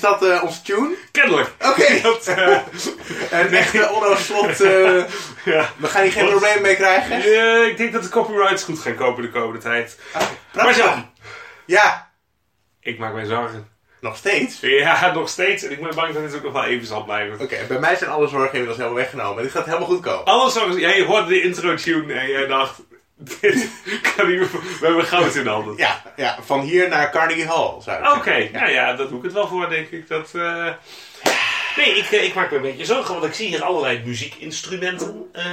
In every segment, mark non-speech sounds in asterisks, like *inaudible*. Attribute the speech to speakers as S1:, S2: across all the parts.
S1: dat eh, onze tune?
S2: Kennelijk.
S1: Oké.
S2: *laughs* Dat, eh,
S1: En echt uh, Onno Slot, eh,
S2: *laughs* ja.
S1: we gaan hier geen
S2: Wat?
S1: probleem mee krijgen.
S2: Eh, ik denk dat de copyrights goed gaan kopen de komende tijd. Maar
S1: Prachtig.
S2: Jan,
S1: Ja,
S2: ik maak mij zorgen.
S1: nog steeds.
S2: Ja, nog steeds. En ik ben bang dat dit ook nog wel even zal blijven.
S1: Oké, bij mij zijn alle zorgen inmiddels helemaal weggenomen. Dit gaat helemaal goed komen.
S2: Alles zag jij hoorde de intro tune en jij dacht, *laughs* dit kan niet meer, we hebben goud in de handen.
S1: Ja, ja, van hier naar Carnegie Hall zou ik
S2: Oké,
S1: zeggen.
S2: nou ja, dat doe ik het wel voor, denk ik. Dat, eh, Nee, ik, eh, ik maak me een beetje zorgen, want ik zie hier allerlei muziekinstrumenten eh,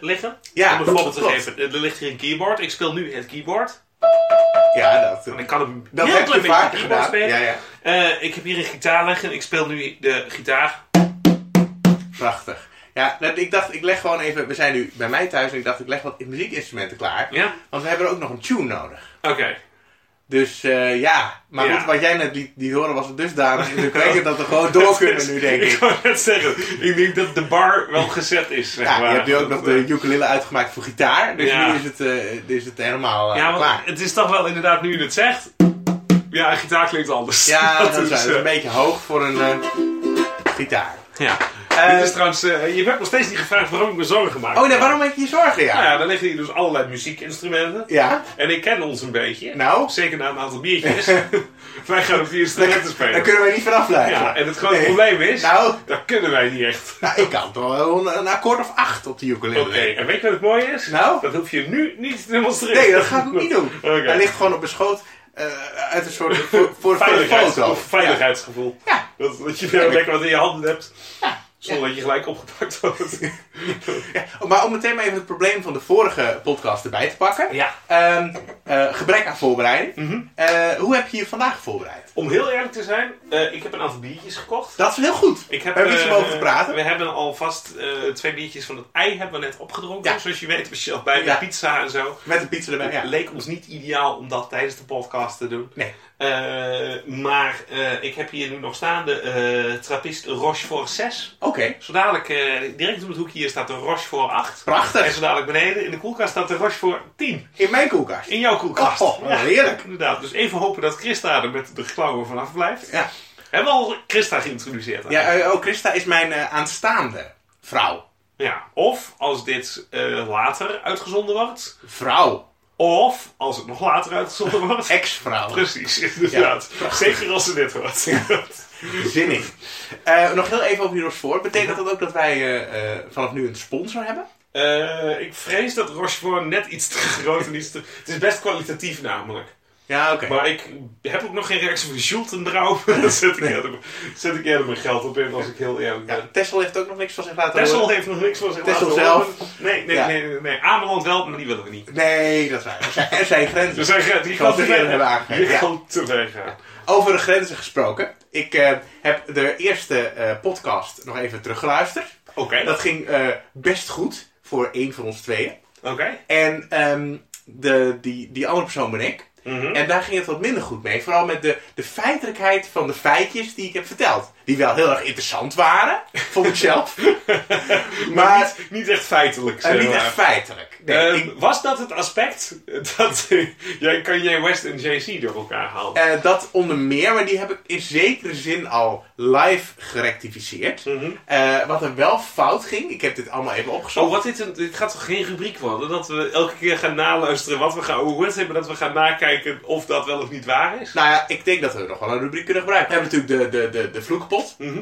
S2: liggen.
S1: Ja,
S2: Om een voorbeeld te
S1: klopt.
S2: geven, eh, er ligt hier een keyboard. Ik speel nu het keyboard.
S1: Ja, dat, eh,
S2: En ik kan hem
S1: dat
S2: heel
S1: heb
S2: klein
S1: je
S2: beetje
S1: vaker
S2: keyboard
S1: gedaan.
S2: spelen.
S1: Ja, ja.
S2: Eh, ik heb hier een gitaar liggen. Ik speel nu de gitaar.
S1: Prachtig. Ja, nou, ik dacht, ik leg gewoon even... We zijn nu bij mij thuis en ik dacht, ik leg wat muziekinstrumenten klaar.
S2: Ja?
S1: Want we hebben ook nog een tune nodig.
S2: Oké.
S1: Dus eh, ja, maar
S2: Ja.
S1: goed, wat jij net liet, liet horen was het
S2: *laughs*
S1: dusdanig. Dus ik weet dat we gewoon door kunnen nu, denk
S2: Ik
S1: ik.
S2: wou net zeggen, ik denk dat de bar wel gezet is. Zeg
S1: Ja,
S2: maar.
S1: je hebt nu ook nog
S2: Dat, eh,
S1: de ukulele uitgemaakt voor gitaar. Dus
S2: Ja.
S1: nu is het, eh, is het helemaal eh,
S2: Ja, want *laughs*
S1: klaar.
S2: het is toch wel inderdaad, nu je het zegt... Ja, een gitaar klinkt anders. *laughs*
S1: Ja, dat, is, dat is
S2: eh,
S1: een beetje hoog voor een eh, gitaar.
S2: ja.
S1: Eh,
S2: Dit is trouwens... eh, je hebt nog steeds niet gevraagd waarom ik me zorgen gemaakt
S1: oh nee,
S2: heb.
S1: waarom heb je je zorgen, ja?
S2: Nou ja, dan liggen hier dus allerlei muziekinstrumenten.
S1: Ja,
S2: En ik ken ons een beetje.
S1: nou,
S2: Zeker na een aantal
S1: *laughs*
S2: biertjes. Wij gaan op die instrumenten
S1: daar
S2: spelen.
S1: kunnen we niet van afblijven.
S2: Ja, en het grote
S1: Nee.
S2: probleem is...
S1: Nou,
S2: Dat kunnen wij niet echt.
S1: nou, ik kan toch wel een, een akkoord of acht op de ukulele.
S2: Oké, en weet je wat het mooie is?
S1: Nou,
S2: Dat hoef je nu niet te demonstreren.
S1: nee, dat ga ik ook niet doen.
S2: *laughs* Oké.
S1: Hij ligt gewoon op mijn schoot eh, uit een soort voor, voor, voor de
S2: Veiligheids-
S1: foto.
S2: of veiligheidsgevoel.
S1: Ja.
S2: Dat, dat je weer lekker wat in je handen hebt.
S1: Ja.
S2: Zonder dat je gelijk opgepakt wordt.
S1: Ja, Maar om meteen maar even het probleem van de vorige podcast erbij te pakken.
S2: Ja.
S1: Ehm, eh, gebrek aan voorbereiding. Eh, hoe heb je je vandaag voorbereid?
S2: Om heel eerlijk te zijn, eh, ik heb een aantal biertjes gekocht.
S1: Dat is heel goed.
S2: Ik heb,
S1: We hebben iets
S2: eh,
S1: om over te praten.
S2: We hebben alvast eh, twee biertjes van het ei hebben we net opgedronken.
S1: Ja.
S2: Zoals je weet, was je al bij de
S1: Ja.
S2: pizza en zo.
S1: Met een pizza erbij.
S2: Het
S1: Ja.
S2: leek ons niet ideaal om dat tijdens de podcast te doen.
S1: Nee.
S2: Eh, maar eh, ik heb hier nu nog staan de eh, Trappist Rochefort 6.
S1: Oké,
S2: Zo dadelijk, eh, direct om het hoekje hier staat de Rochefort 8. En
S1: prachtig.
S2: zo dadelijk beneden in de koelkast staat de Rochefort 10.
S1: In mijn koelkast.
S2: In jouw koelkast.
S1: Oh, wat heerlijk.
S2: Inderdaad. Dus even hopen dat Christa er met de klauwen vanaf blijft.
S1: Ja.
S2: Hebben we al Christa geïntroduceerd?
S1: Ja,
S2: eigenlijk?
S1: eh, oh, Christa is mijn eh, aanstaande vrouw.
S2: ja. Of als dit eh, later uitgezonden wordt.
S1: Vrouw.
S2: Of als het nog later uitgezonden
S1: *laughs*
S2: wordt.
S1: Ex-vrouw.
S2: Precies, inderdaad. Zeker als ze dit hoort.
S1: Zin in. Eh, nog heel even over Heroes voor. Betekent dat ook dat wij eh, eh, vanaf nu een sponsor hebben?
S2: *laughs* Eh, ik vrees dat Rochefort net iets te groot en iets te... Het is best kwalitatief namelijk.
S1: Ja, oké.
S2: Maar ik heb ook nog geen reactie van Schultenbrouw. *laughs* Daar zet, ik eerder- zet ik eerder mijn geld op in als ik heel eerlijk ben.
S1: Ja, Tessel heeft ook nog niks van zich laten
S2: Tessel
S1: horen.
S2: heeft nog niks van zich
S1: Texel
S2: laten
S1: zelf.
S2: horen. Nee, nee,
S1: Ja.
S2: nee, nee, nee. Ameland wel, maar die willen we niet.
S1: Nee, dat is waar. Er zijn- Er zijn grenzen.
S2: We zijn gre- die
S1: Zoals
S2: kan te
S1: we
S2: ver
S1: eerder hebben
S2: gaan.
S1: aangegeven,
S2: Die
S1: ja.
S2: kan te ver gaan.
S1: Over de grenzen gesproken. Ik eh, heb de eerste eh, podcast nog even teruggeluisterd.
S2: Oké,
S1: Dat ging eh, best goed voor één van ons tweeën.
S2: oké.
S1: En ehm, de, die, die andere persoon ben ik.
S2: Mhm.
S1: En daar ging het wat minder goed mee. Vooral met de, de feitelijkheid van de feitjes die ik heb verteld. Die wel heel erg interessant waren, *laughs* vond ik zelf.
S2: Maar
S1: maar
S2: niet, niet echt feitelijk,
S1: eh,
S2: zeg
S1: niet
S2: maar.
S1: echt feitelijk. Nee,
S2: Ehm,
S1: ik-
S2: was dat het aspect *laughs* dat jij Kanye West en JC door elkaar haalde?
S1: eh, dat onder meer, maar die heb ik in zekere zin al live gerectificeerd.
S2: Mhm.
S1: Eh, wat er wel fout ging, ik heb dit allemaal even opgezocht.
S2: Oh, wat dit, een- dit gaat toch geen rubriek worden? Dat we elke keer gaan naluisteren wat we gaan gehoord hebben, dat we gaan nakijken of dat wel of niet waar is?
S1: Nou ja, ik denk dat we nog wel een rubriek kunnen gebruiken. We hebben natuurlijk de, de, de, de vloekpot.
S2: Mhm.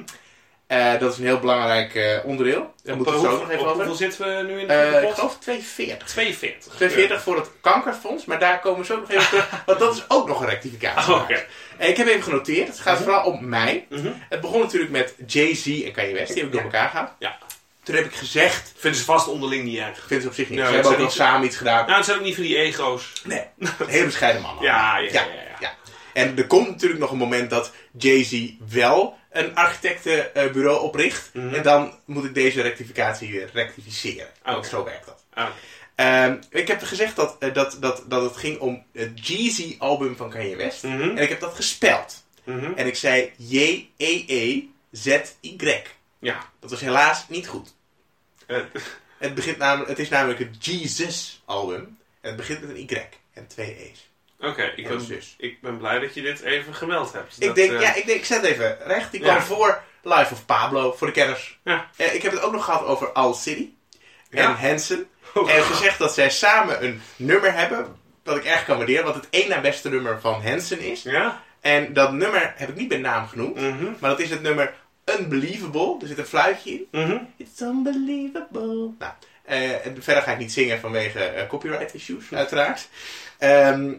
S1: Eh, dat is een heel belangrijk eh, onderdeel. Daar moeten we het zo nog even
S2: op hoeveel
S1: over.
S2: zitten we nu in de
S1: Eh ik
S2: pot?
S1: geloof 240.
S2: 42.
S1: 42 voor het kankerfonds, maar daar komen we zo nog
S2: *laughs*
S1: even terug. Want dat is ook nog een rectificatie.
S2: Oh, Oké.
S1: gemaakt. Eh, Ik heb even genoteerd, het gaat vooral om mij.
S2: Mhm.
S1: Het begon natuurlijk met Jay-Z en Kanye West, die heb ik door elkaar gehaald.
S2: Ja.
S1: Toen heb ik gezegd,
S2: Vinden ze vast onderling niet erg.
S1: ik vind het op zich niet,
S2: Nee,
S1: ze
S2: het
S1: hebben ook
S2: zijn
S1: wel
S2: niet-
S1: samen iets gedaan.
S2: Nou, het zijn ook niet van die ego's.
S1: Nee, heel bescheiden man.
S2: Ja, ja, ja, ja.
S1: En er komt natuurlijk nog een moment dat Jay-Z wel een architectenbureau opricht.
S2: Mhm.
S1: En dan moet ik deze rectificatie weer rectificeren.
S2: Oké.
S1: Want Zo werkt dat.
S2: Ah,
S1: Ehm, ik heb gezegd dat, eh, dat, dat, dat het ging om het Jeezy-album van Kanye West.
S2: mhm,
S1: En ik heb dat gespeld.
S2: mhm.
S1: En ik zei E J-E-E-Z-Y.
S2: Ja.
S1: Dat was helaas niet goed.
S2: Eh,
S1: Het, begint namelijk, het is namelijk het Jesus-album. En het begint met een Y en twee E's.
S2: Oké. Oké, ik,
S1: Ja,
S2: ben,
S1: precies.
S2: ik ben blij dat je dit even gemeld hebt.
S1: Ik
S2: Dat,
S1: denk,
S2: eh,
S1: ja, ik denk, ik zet het even recht. Die
S2: Ja.
S1: kwam voor Life of Pablo, voor de kenners.
S2: Ja.
S1: Eh, ik heb het ook nog gehad over Al City en
S2: Ja.
S1: Hansen.
S2: *laughs* Oh.
S1: En gezegd dat zij samen een nummer hebben, dat ik erg kan waarderen, wat het één na beste nummer van Hansen is.
S2: Ja?
S1: En dat nummer heb ik niet bij naam genoemd, maar dat is het nummer Unbelievable. Er zit een fluitje in.
S2: Mhm.
S1: It's unbelievable. Nou, eh, en verder ga ik niet zingen vanwege eh, copyright issues, uiteraard. Ehm, en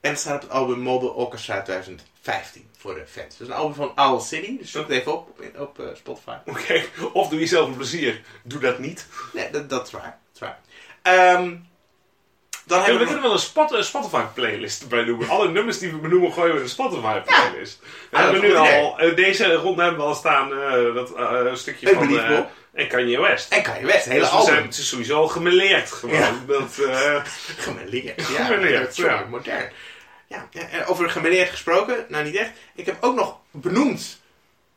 S1: het staat op het album Mobile Orchestra 2015 voor de fans. Dat is een album van Owl City, dus zoek het even op op, op eh, Spotify.
S2: Oké, of doe jezelf een plezier. Doe dat niet.
S1: Nee, dat, dat is waar. Dat is waar. Ehm, dan
S2: Ja, we
S1: hebben we...
S2: kunnen wel een, spot, een Spotify playlist bij noemen. Alle nummers die we benoemen gooien we in een Spotify playlist. we
S1: Ah, dat
S2: hebben
S1: is
S2: nu
S1: een goed
S2: al, eh, deze ronde hebben we al staan eh, dat eh, een stukje van eh,
S1: Unbelievable.
S2: en Kanye West.
S1: En Kanye West, het hele
S2: Dus we
S1: album.
S2: zijn het is sowieso al gemeleerd gewoon.
S1: Ja.
S2: Dat, eh,
S1: Gemeleerd. Ja,
S2: Gemeleerd,
S1: dat is wel
S2: ja.
S1: modern. Ja, ja, en over gemeleerd gesproken, nou niet echt. Ik heb ook nog benoemd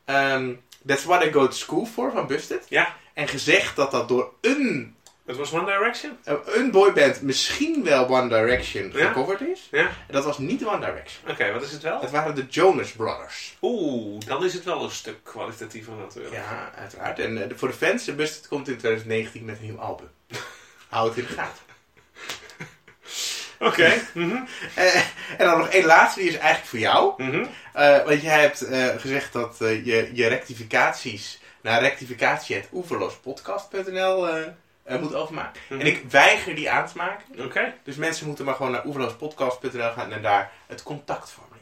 S1: ehm, That's What I Go To School For van Busted.
S2: ja,
S1: En gezegd dat dat door een, eh,
S2: het was One Direction.
S1: een boyband misschien wel One Direction
S2: Ja.
S1: gecoverd is.
S2: Ja,
S1: En dat was niet One Direction.
S2: oké, wat is het wel?
S1: Het waren de Jonas Brothers.
S2: Oeh, dan is het wel een stuk kwalitatiever natuurlijk.
S1: Ja, uiteraard. En eh, voor de fans, eh, Busted komt in 2019 met een nieuw album. *laughs* Hou het in de gaten.
S2: Oké. mhm,
S1: Eh, en dan nog één laatste, die is eigenlijk voor jou.
S2: mhm.
S1: Eh, want jij hebt eh, gezegd dat eh, je je rectificaties naar rectificatie.oeverloospodcast.nl eh eh, moet overmaken.
S2: Mhm.
S1: En ik weiger die aan te maken.
S2: Oké,
S1: Dus mensen moeten maar gewoon naar oeverloospodcast.nl gaan en daar het contactformulier.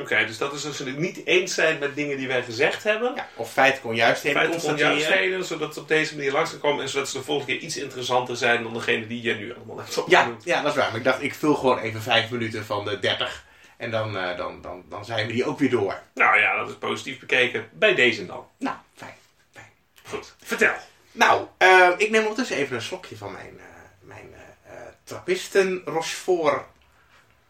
S2: oké, dus dat is als we het niet eens zijn met dingen die wij gezegd hebben.
S1: Ja, of feit kon juist heen
S2: Feiten van juist
S1: constateren.
S2: reden, zodat ze op deze manier langs komen en zodat ze de volgende keer iets interessanter zijn dan degene die jij nu allemaal hebt
S1: Ja,
S2: opgenoemd.
S1: ja, dat is waar. Maar ik dacht, ik vul gewoon even vijf minuten van de 30. En dan, eh, dan, dan, dan zijn we die ook weer door.
S2: Nou ja, dat is positief bekeken. Bij deze dan.
S1: Nou, fijn. fijn.
S2: Goed, vertel.
S1: Nou, eh, ik neem ondertussen even een slokje van mijn, eh, mijn eh eh, Trappisten Rochefort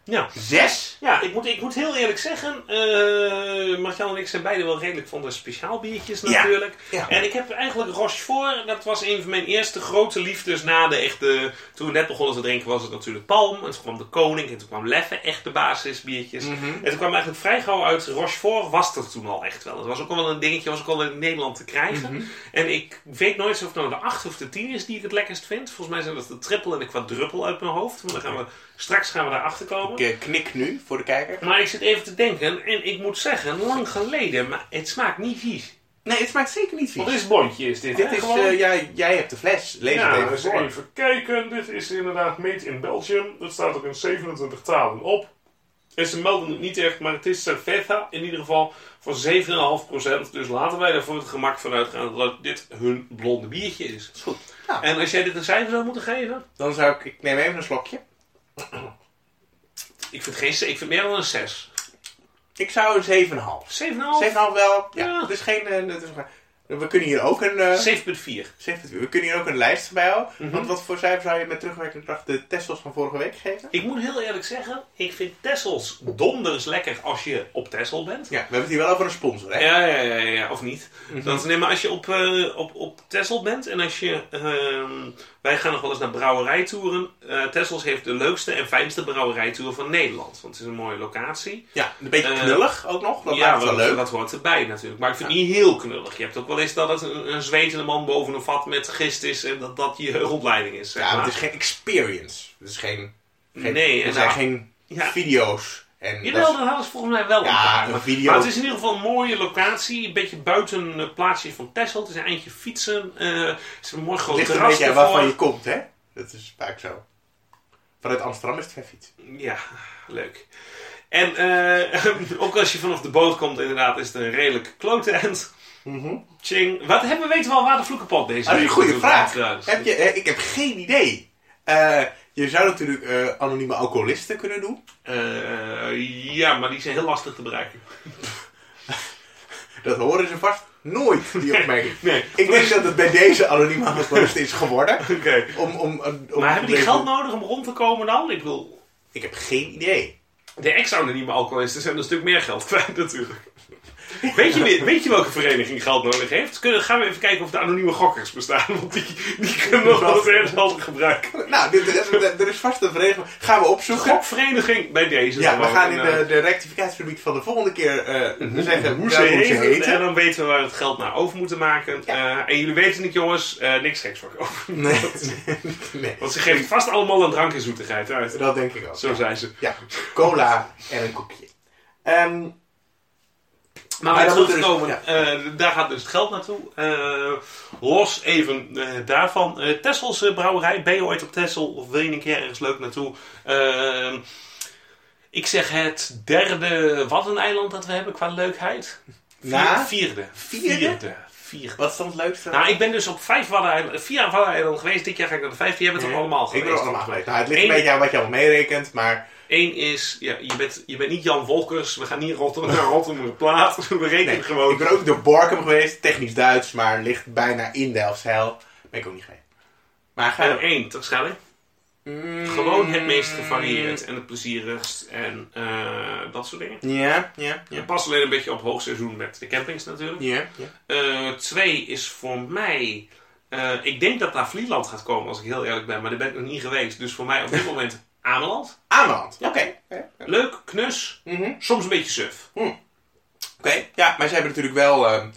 S2: Ja.
S1: 6.
S2: Ja, ik moet, ik moet heel eerlijk zeggen, eh Martjan en ik zijn beide wel redelijk van de speciaal biertjes
S1: Ja.
S2: natuurlijk.
S1: Ja.
S2: En ik heb eigenlijk Rochefort, dat was een van mijn eerste grote liefdes na de echte... Toen we net begonnen te drinken was het natuurlijk Palm, en toen kwam de Koning, en toen kwam Leffe, echt de basisbiertjes.
S1: Mhm.
S2: En toen kwam eigenlijk vrij gauw uit, Rochefort was er toen al echt wel. Het was ook al wel een dingetje, was ook al wel in Nederland te krijgen.
S1: Mhm.
S2: En ik weet nooit of het nou de 8 of de 10 is die ik het lekkerst vind. Volgens mij zijn dat de triple en de quadruple uit mijn hoofd, maar dan gaan we, straks gaan we daarachter komen.
S1: Ik eh, knik nu voor de kijker.
S2: Maar ik zit even te denken en ik moet zeggen, lang geleden, maar het smaakt niet vies.
S1: Nee, het smaakt zeker niet vies.
S2: Wat is bondje is dit?
S1: Dit
S2: hè?
S1: is,
S2: Gewoon-
S1: eh, ja, jij hebt de fles. Lees
S2: ja,
S1: het even
S2: eens
S1: voor.
S2: even kijken. Dit is inderdaad made in Belgium. Dat staat ook in 27 talen op. En ze melden het niet echt, maar het is Cerveza in ieder geval van 7,5%. Dus laten wij er voor het gemak vanuit gaan dat dit hun blonde biertje is.
S1: Is goed. Nou,
S2: En als jij dit een cijfer zou moeten geven?
S1: dan zou ik... Ik neem even een slokje.
S2: Ik vind, geen, ze- ik vind meer dan een 6. 7,5?
S1: Ik zou een 7,5. 7,5 wel... Ja,
S2: Ja.
S1: het is geen... eh, het is geen- we kunnen hier ook een... eh,
S2: 7,4.
S1: zeg het, we kunnen hier ook een lijst bij houden.
S2: Mhm.
S1: Want wat voor cijfer zou je met terugwerkende kracht de Tessels van vorige week geven?
S2: Ik moet heel eerlijk zeggen, ik vind Tessels donders lekker als je op Tessel bent.
S1: Ja, we hebben het hier wel over een sponsor, hè?
S2: Ja, ja, ja, ja, of niet.
S1: Mhm.
S2: Dat, nee, maar als je op, eh op, op Texel bent en als je... ehm, wij gaan nog wel eens naar brouwerijtoeren. Eh Tessels heeft de leukste en fijnste brouwerijtour van Nederland. Want het is een mooie locatie.
S1: Ja, een beetje
S2: Eh,
S1: knullig ook nog. Dat maakt het wel
S2: dat-
S1: leuk.
S2: dat hoort erbij natuurlijk. Maar ik vind het niet heel knullig. Je hebt ook wel eens dat het een, een zwetende man boven een vat met gist is... en dat dat je rondleiding is, zeg
S1: Ja,
S2: maar.
S1: want het is geen experience. Het is geen... geen
S2: Nee, en
S1: Er zijn
S2: nou-
S1: geen
S2: Ja.
S1: video's. En dat is-
S2: Jawel, dat hadden ze volgens mij wel
S1: Ja,
S2: een paar.
S1: een
S2: Maar-
S1: video.
S2: Maar het is in ieder geval een mooie locatie. Een beetje buiten het plaatsje van Texel. Het is een eindje fietsen. eh het is een mooi groot
S1: Het ligt er
S2: terras
S1: een beetje aan
S2: ervoor.
S1: waarvan je komt, hè? Dat is vaak zo. Vanuit Amsterdam is het geen fiets. Ah,
S2: Ja, leuk. En eh, *laughs* ook als je vanaf de boot komt, inderdaad, is het een redelijk klote end. Ching. Wat hebben we weten wel waar de vloekenpot deze
S1: Mhm. dat is
S2: week
S1: een goede
S2: naartoe gaat
S1: vraag.
S2: trouwens?
S1: Heb je, eh, ik heb geen idee. Eh, je zou natuurlijk eh, anonieme alcoholisten kunnen doen.
S2: Eh, ja, maar die zijn heel lastig te bereiken.
S1: Dat horen ze vast nooit,
S2: *laughs*
S1: die opmerking. *laughs*
S2: Nee.
S1: Ik denk dat het bij deze anonieme alcoholist is geworden.
S2: Oké.
S1: Om, om, om, om-
S2: Maar hebben die
S1: om-
S2: geld nodig om rond te komen dan? Ik bedoel,
S1: Ik heb geen idee.
S2: de ex-anonieme alcoholisten zijn een stuk meer geld kwijt *laughs* natuurlijk. Weet je, wie- weet je welke vereniging geld nodig heeft? Kunnen, gaan we even kijken of de anonieme gokkers bestaan. Want die, die kunnen nog wel eens ergens anders gebruiken.
S1: Nou, dit, er, is, er is vast een vereniging. Gaan we opzoeken.
S2: Gokvereniging bij deze.
S1: Ja, we
S2: gewoon.
S1: gaan in
S2: En, eh,
S1: de, de rectificatierubriek van de volgende keer eh, zeggen
S2: Mhm. hoe
S1: ja,
S2: ze, heet, *laughs*
S1: heten.
S2: En dan weten we waar we het geld naar over moeten maken. Eh, en jullie weten het, jongens, eh, niks geks voor over.
S1: Nee, nee,
S2: Want ze geven vast allemaal een drank en zoetigheid uit.
S1: dat denk ik ook.
S2: Zo zijn ze.
S1: Ja, cola en een koekje. Ehm,
S2: Maar,
S1: Maar dan
S2: terug
S1: moet
S2: te
S1: er dus-
S2: komen, eh, daar gaat dus het geld naartoe. Eh, los even eh, daarvan. eh Tesselse brouwerij, ben je ooit op Tessel of wil je een keer ergens leuk naartoe? Ehm, ik zeg het derde Waddeneiland dat we hebben qua leukheid. Vier-
S1: Na?
S2: Vierde.
S1: Vierde?
S2: Vierde. Vierde.
S1: wat stond leuk? leukste?
S2: Nou, ik ben dus op vijf Waddeneilanden, vier Waddeneilanden geweest. Dit jaar ga ik naar de vijfde. Jij bent er allemaal
S1: Ik
S2: geweest.
S1: ben er allemaal geweest. Nou, het ligt
S2: Eén-
S1: een beetje aan wat je allemaal meerekent, maar
S2: Eén is, ja, je, bent, je bent niet Jan Wolkers. We gaan niet Rotterdam naar Rotterdam plaat. *laughs* We rekenen
S1: nee,
S2: gewoon.
S1: ik ben ook door Borkum geweest, technisch Duits, maar ligt bijna in Delfzijl. Ben ik ook niet geweest. Maar ga
S2: En
S1: je...
S2: één, toch Schelling? Mm. Gewoon het meest gevarieerd en het plezierigst en eh, dat soort dingen.
S1: Ja, ja,
S2: Je
S1: ja.
S2: past alleen een beetje op hoogseizoen met de campings natuurlijk.
S1: Ja, ja.
S2: Eh, twee is voor mij... eh, ik denk dat daar Vlieland gaat komen, als ik heel eerlijk ben. Maar daar ben ik nog niet geweest. Dus voor mij op
S1: *laughs*
S2: dit moment Ameland.
S1: Ameland.
S2: Ja.
S1: Oké. Oké.
S2: Leuk, knus.
S1: Mhm.
S2: Soms een beetje suf.
S1: Oké, ja, maar ze hebben natuurlijk wel ehm,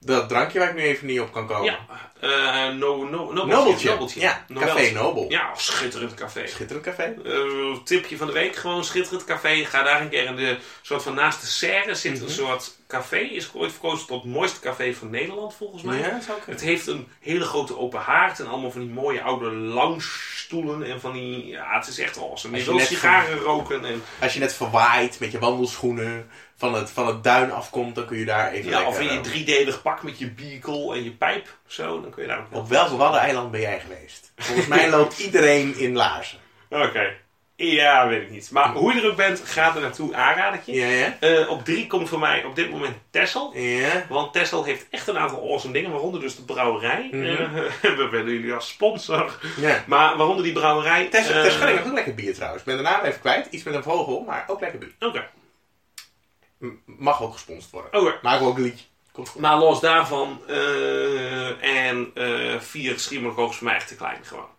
S1: dat drankje waar ik nu even niet op kan komen.
S2: Ja. Eh no, no, nobeltje.
S1: Oh. Nobeltje.
S2: Nobeltje.
S1: Ja, Café
S2: Nobeltje.
S1: Nobel.
S2: Ja, schitterend café.
S1: Schitterend café.
S2: Eh, tipje van de week, gewoon schitterend café. Ga daar een keer in de soort van naast de serre zit een soort café. Is ooit verkozen tot het mooiste café van Nederland volgens mij.
S1: Ja, zou
S2: Het
S1: kunnen.
S2: heeft een hele grote open haard en allemaal van die mooie oude lounge-stoelen en van die... Ja, het is echt awesome. Je
S1: Als je
S2: wil
S1: net
S2: sigaren roken en...
S1: Als je net verwaait met je wandelschoenen van het, van het duin afkomt, dan kun je daar
S2: Ja,
S1: even lekker...
S2: of in je
S1: ehm,
S2: driedelig pak met je beagle en je pijp. Zo, dan kun je daar ook...
S1: Op welk waddeneiland ben jij geweest? Volgens
S2: *laughs*
S1: mij loopt iedereen in laarzen.
S2: Oké. Ja, weet ik niet. Maar hoe je er ook bent, ga er naartoe, aanraden.
S1: Ja, ja.
S2: Eh, op drie komt voor mij op dit moment Texel.
S1: Ja.
S2: Want Tesla heeft echt een aantal awesome dingen, waaronder dus de brouwerij.
S1: Mhm.
S2: Eh, *laughs* we willen jullie als sponsor.
S1: ja.
S2: Maar waaronder die brouwerij.
S1: Tess,
S2: eh,
S1: Tess Schelling heeft ook lekker bier trouwens. Ik ben de naam even kwijt. Iets met een vogel, maar ook lekker bier.
S2: Oké,
S1: M- mag ook gesponsord worden.
S2: oké.
S1: Maak ook een liedje. Komt goed.
S2: Maar los daarvan, eh, en eh vier schiermelkogels voor mij echt te klein gewoon.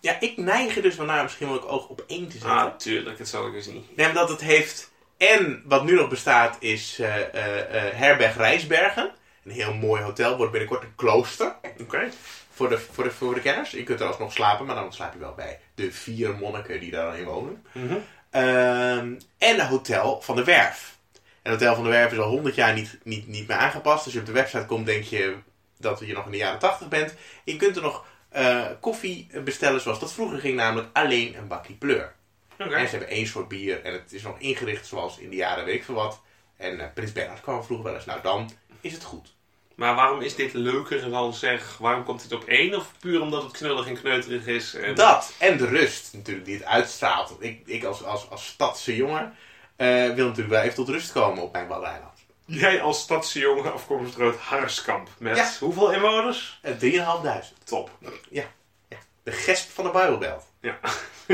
S1: Ja, ik neig er dus wel naar misschien wel ook oog op één te zetten.
S2: Ah, tuurlijk, dat zal ik dus niet.
S1: Neem dat het heeft. En wat nu nog bestaat is eh, eh, eh, Herberg Rijsbergen. Een heel mooi hotel. Wordt binnenkort een klooster.
S2: Oké.
S1: Voor de, voor, de, voor de kenners. Je kunt er alsnog slapen, maar dan slaap je wel bij de vier monniken die daar dan in wonen.
S2: Mhm.
S1: Ehm, en Hotel van de Werf. En Hotel van de Werf is al 100 jaar niet, niet, niet meer aangepast. Als je op de website komt, denk je dat je nog in de jaren 80 bent. En je kunt er nog eh, koffie bestellen zoals dat vroeger ging, namelijk alleen een bakkie pleur.
S2: Oké.
S1: En ze hebben één soort bier en het is nog ingericht zoals in de jaren weet ik veel wat. En eh, Prins Bernhard kwam vroeger wel eens. Nou, dan is het goed.
S2: Maar waarom is dit leuker dan zeg? Waarom komt dit op één? Of puur omdat het knullig en kneuterig is? En...
S1: Dat en de rust natuurlijk die het uitstraalt. Want Ik, ik als, als, als stadse jongen eh, wil natuurlijk wel even tot rust komen op mijn Waddeneiland.
S2: Jij als stadsjongen afkomstig uit Harskamp met
S1: Ja.
S2: hoeveel inwoners?
S1: Eh, 3.500.
S2: Top.
S1: De gesp van de Bijbelbelt.
S2: Ja. *laughs*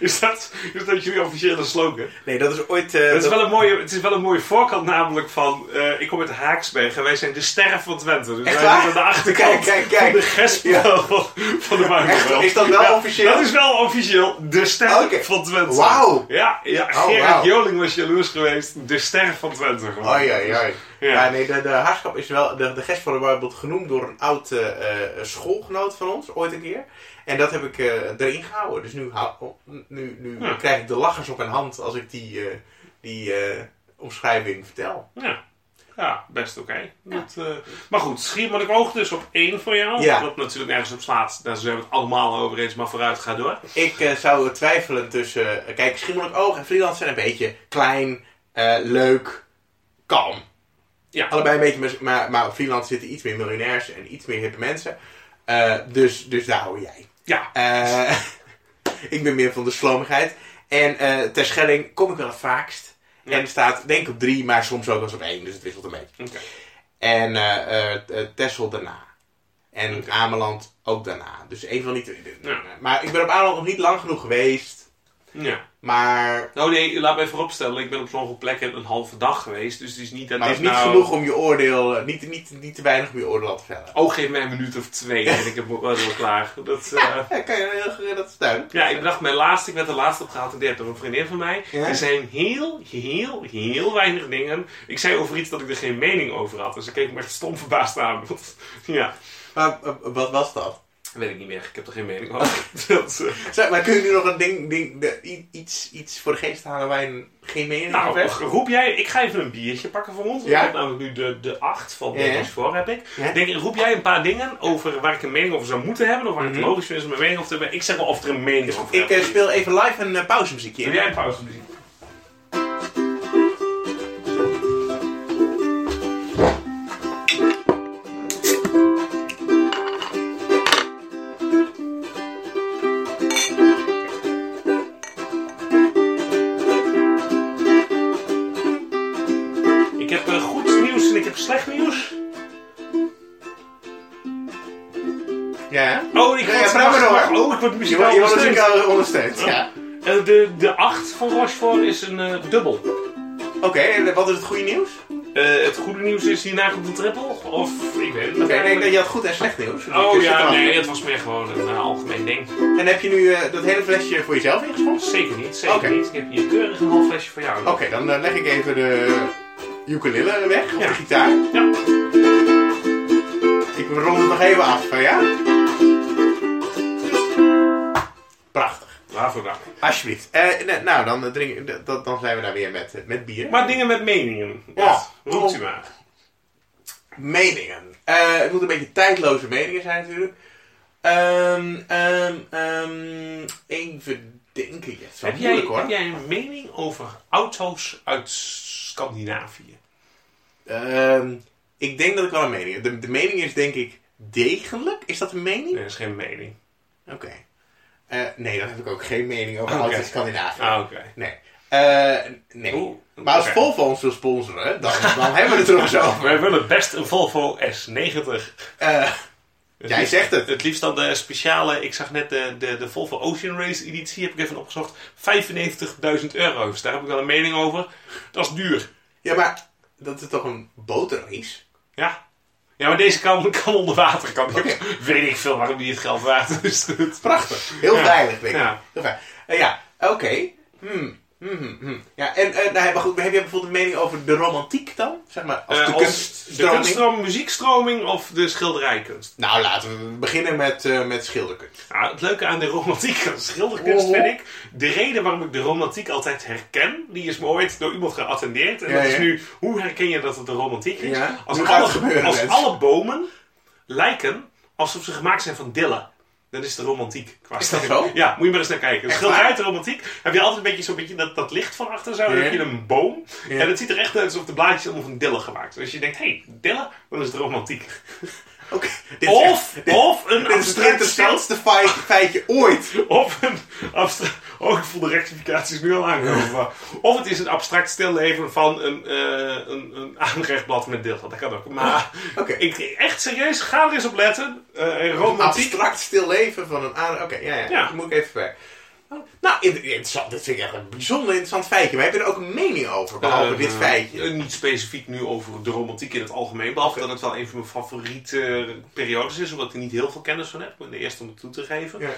S2: is, dat, is dat jullie officiële slogan?
S1: Nee, dat is ooit... eh,
S2: Het is
S1: dat-
S2: wel een mooie, het is wel een mooie voorkant namelijk van... eh, ik kom uit Haaksberg en wij zijn de sterren van Twente. Dus
S1: Echt
S2: wij
S1: waar?
S2: zijn aan de
S1: Kijk,
S2: achterkant
S1: kijk, kijk.
S2: van de gesp
S1: Ja.
S2: van, van de
S1: Echt,
S2: buitenwereld.
S1: is dat wel officieel?
S2: Dat is wel officieel de ster
S1: Oké.
S2: van Twente.
S1: Wauw.
S2: Ja, ja
S1: Oh,
S2: Gerard
S1: wauw.
S2: Joling was jaloers geweest. De ster van Twente. gewoon.
S1: Oei, oei, oei.
S2: Ja.
S1: Ja, nee, de, de haarschap is wel... De, de gesp van de Bijbelbelt genoemd door een oud eh, eh, schoolgenoot van ons, ooit een keer. En dat heb ik eh, erin gehouden. Dus nu, hou- nu, nu
S2: Ja.
S1: krijg ik de lachers op mijn hand als ik die, eh, die eh, omschrijving vertel.
S2: Ja. Ja, best oké. Dat, eh, maar goed, Schiermonnikoog dus op één voor jou.
S1: Ja.
S2: Wat natuurlijk nergens op slaat. Daar zijn we het allemaal over eens. Maar vooruit, ga door.
S1: Ik eh, zou twijfelen tussen. eh, kijk, Schimmelijk Oog en Vlieland zijn een beetje klein, eh, leuk, kalm.
S2: Ja.
S1: Allebei een beetje, mis- maar, maar op Vlieland zitten iets meer miljonairs en iets meer hippe mensen. Eh, dus, dus daar hou jij.
S2: Ja.
S1: Eh, *laughs* ik ben meer van de slomigheid. En eh ter Schelling kom ik wel het vaakst.
S2: Ja.
S1: En staat denk ik op drie, maar soms ook wel eens op één. Dus het wisselt een beetje.
S2: Oké.
S1: En eh eh, eh, Texel daarna. En
S2: Oké.
S1: Ameland ook daarna. Dus één van die twee.
S2: Ja.
S1: Maar ik ben op Ameland nog niet lang genoeg geweest.
S2: Ja.
S1: Maar,
S2: Nou nee, laat mij vooropstellen, ik ben op sommige plekken een halve dag geweest, dus het is niet dat
S1: maar
S2: ik
S1: het is niet
S2: nou...
S1: genoeg om je oordeel, eh, niet, niet, niet te weinig om je oordeel te vellen.
S2: Oh, geef mij een minuut of twee en ik heb was wel klaar. Dat, eh,
S1: Ja, kan je heel goed- dat is duidelijk.
S2: ja, ik bedacht mijn laatste, ik werd de laatste opgeattendeerd door een vriendin van mij.
S1: Ja?
S2: Er zijn heel, heel, heel weinig dingen. Ik zei over iets dat ik er geen mening over had, dus ik keek me echt stom verbaasd aan. *laughs* Want, ja,
S1: Maar eh, wat was dat?
S2: weet ik niet meer, ik heb er geen mening over. *laughs* Dat, eh,
S1: Zeg, maar kun je nu nog een ding, ding de- i- iets, iets voor de geest halen waar je een- geen mening
S2: Nou,
S1: over hebt?
S2: roep jij, ik ga even een biertje pakken voor ons.
S1: Ja?
S2: Ik heb namelijk nu de, de acht van
S1: Ja.
S2: Dekkers voor, heb ik.
S1: Ja.
S2: Denk, roep jij een paar dingen over waar ik een mening over zou moeten hebben, of waar ik het
S1: Mhm.
S2: logisch vind om een mening over te hebben. Ik zeg wel of er een mening over
S1: Ik
S2: heb.
S1: eh, speel even live een eh, pauzemuziekje
S2: Doe
S1: in.
S2: jij een pauze muziek? Ik heb eh, goed nieuws en ik heb slecht nieuws.
S1: Ja,
S2: Oh, ik
S1: Ja,
S2: word,
S1: ja, praat maar door.
S2: maar- oh, ik word
S1: je wordt
S2: muzikaal
S1: je wordt
S2: ondersteund.
S1: muzikaal ondersteund. Ja.
S2: Eh, de, de 8 van Rochefort is een eh, dubbel.
S1: Oké, en wat is het goede nieuws?
S2: Eh, het goede nieuws is hierna komt een triple. Of ik weet het niet.
S1: Oké, ik denk dat je had goed en slecht nieuws. Dus ik
S2: Oh
S1: zit
S2: ja,
S1: er wel.
S2: nee, het was meer gewoon een eh, algemeen ding.
S1: En heb je nu eh, dat hele flesje voor jezelf ingeschonken?
S2: Zeker niet, zeker
S1: Oké.
S2: niet. Ik heb hier keurig een half flesje voor jou.
S1: Oké, dan eh, leg ik even de ukulele weg, of
S2: Ja.
S1: de gitaar.
S2: Ja.
S1: Ik rond het nog even af, eh, ja? Prachtig.
S2: Waarvoor dank.
S1: Alsjeblieft. Eh, nee, nou, dan, eh, drink, d- dat- dan zijn we daar weer met, eh, met bier.
S2: Maar dingen met meningen.
S1: Ja.
S2: Dat Roept u maar.
S1: Meningen. Eh, het moet een beetje tijdloze meningen zijn natuurlijk. Ehm, ehm, ehm, even denken. Ja, het is wel
S2: Heb jij,
S1: moeilijk hoor.
S2: heb jij een mening over auto's uit Scandinavië?
S1: Ehm, ik denk dat ik wel een mening heb. De, de mening is denk ik degelijk. Is dat een mening?
S2: Nee, dat is geen mening.
S1: Oké. Eh, nee, dan heb ik ook geen mening over
S2: Oké.
S1: okay. Scandinavië.
S2: Ah, oké.
S1: Nee. Eh, nee.
S2: Oeh,
S1: Maar als
S2: oké.
S1: Volvo ons wil sponsoren, dan, dan hebben we het er nog eens
S2: *laughs*
S1: over.
S2: Wij willen best een Volvo S90
S1: Eh, jij zegt het.
S2: Het liefst dan de speciale, ik zag net de, de, de Volvo Ocean Race editie, heb ik even opgezocht. 95.000 euro's, daar heb ik wel een mening over. Dat is duur.
S1: Ja, maar dat is toch een boterrace?
S2: Ja, ja maar deze kan, kan onder water. Kan,
S1: Oké.
S2: Weet ik veel waarom die het geld waard is.
S1: Prachtig. Heel
S2: Ja.
S1: veilig, denk ik.
S2: Ja.
S1: Heel fijn. Eh, ja, oké. Hmm, hmm, hmm, hmm. Ja, en eh, nou, maar goed, heb jij bijvoorbeeld een mening over de romantiek dan? Zeg maar, als
S2: Eh,
S1: de
S2: als de
S1: kunststroming?
S2: kunststroming, muziekstroming of de schilderijkunst.
S1: Nou, laten we beginnen met, eh, met schilderkunst.
S2: Nou, het leuke aan de romantiek en *laughs* schilderkunst
S1: Oh.
S2: vind ik, de reden waarom ik de romantiek altijd herken, die is me ooit door iemand geattendeerd. En
S1: Ja,
S2: dat is
S1: ja.
S2: nu, hoe herken je dat het de romantiek is?
S1: Ja.
S2: Als,
S1: Nu gaat
S2: alle,
S1: het gebeuren,
S2: als
S1: mensen.
S2: alle bomen lijken alsof ze gemaakt zijn van dillen. Dat is de romantiek. Qua
S1: Is dat
S2: stijl.
S1: zo?
S2: Ja, moet je maar eens naar kijken.
S1: Echt
S2: Schilderij uit de romantiek heb je altijd een beetje zo'n beetje dat, dat licht van achter zo. Dan
S1: Ja.
S2: heb je een boom.
S1: Ja.
S2: En het ziet er echt uit alsof de blaadjes allemaal van dillen gemaakt zijn. Dus je denkt, hé, hey, dillen, dan is het romantiek.
S1: Oké. dit is echt-
S2: Of, of een
S1: Dit is het
S2: abstract stil-
S1: interessantste feit- feitje ooit.
S2: Of een abstract. Oh, ik voel de rectificaties nu al aankomen. maar- Of het is een abstract stilleven van een, eh een, een aanrechtblad met deel. Dat kan ook. Maar
S1: Oké.
S2: ik, echt serieus, ga er eens op letten. Eh romantiek.
S1: Abstract stil leven van een aan. Oké, ja, ja.
S2: Ja.
S1: Dat moet ik even bij. Nou, in- interessant. Dat vind ik echt een bijzonder interessant feitje. Maar heb je er ook een mening over, behalve
S2: Eh,
S1: dit feitje?
S2: eh, niet specifiek nu over de romantiek in het algemeen. Behalve dat het wel een van mijn favoriete periodes is. Omdat ik er niet heel veel kennis van heb. Ik ben de eerste om het toe te geven.
S1: Ja.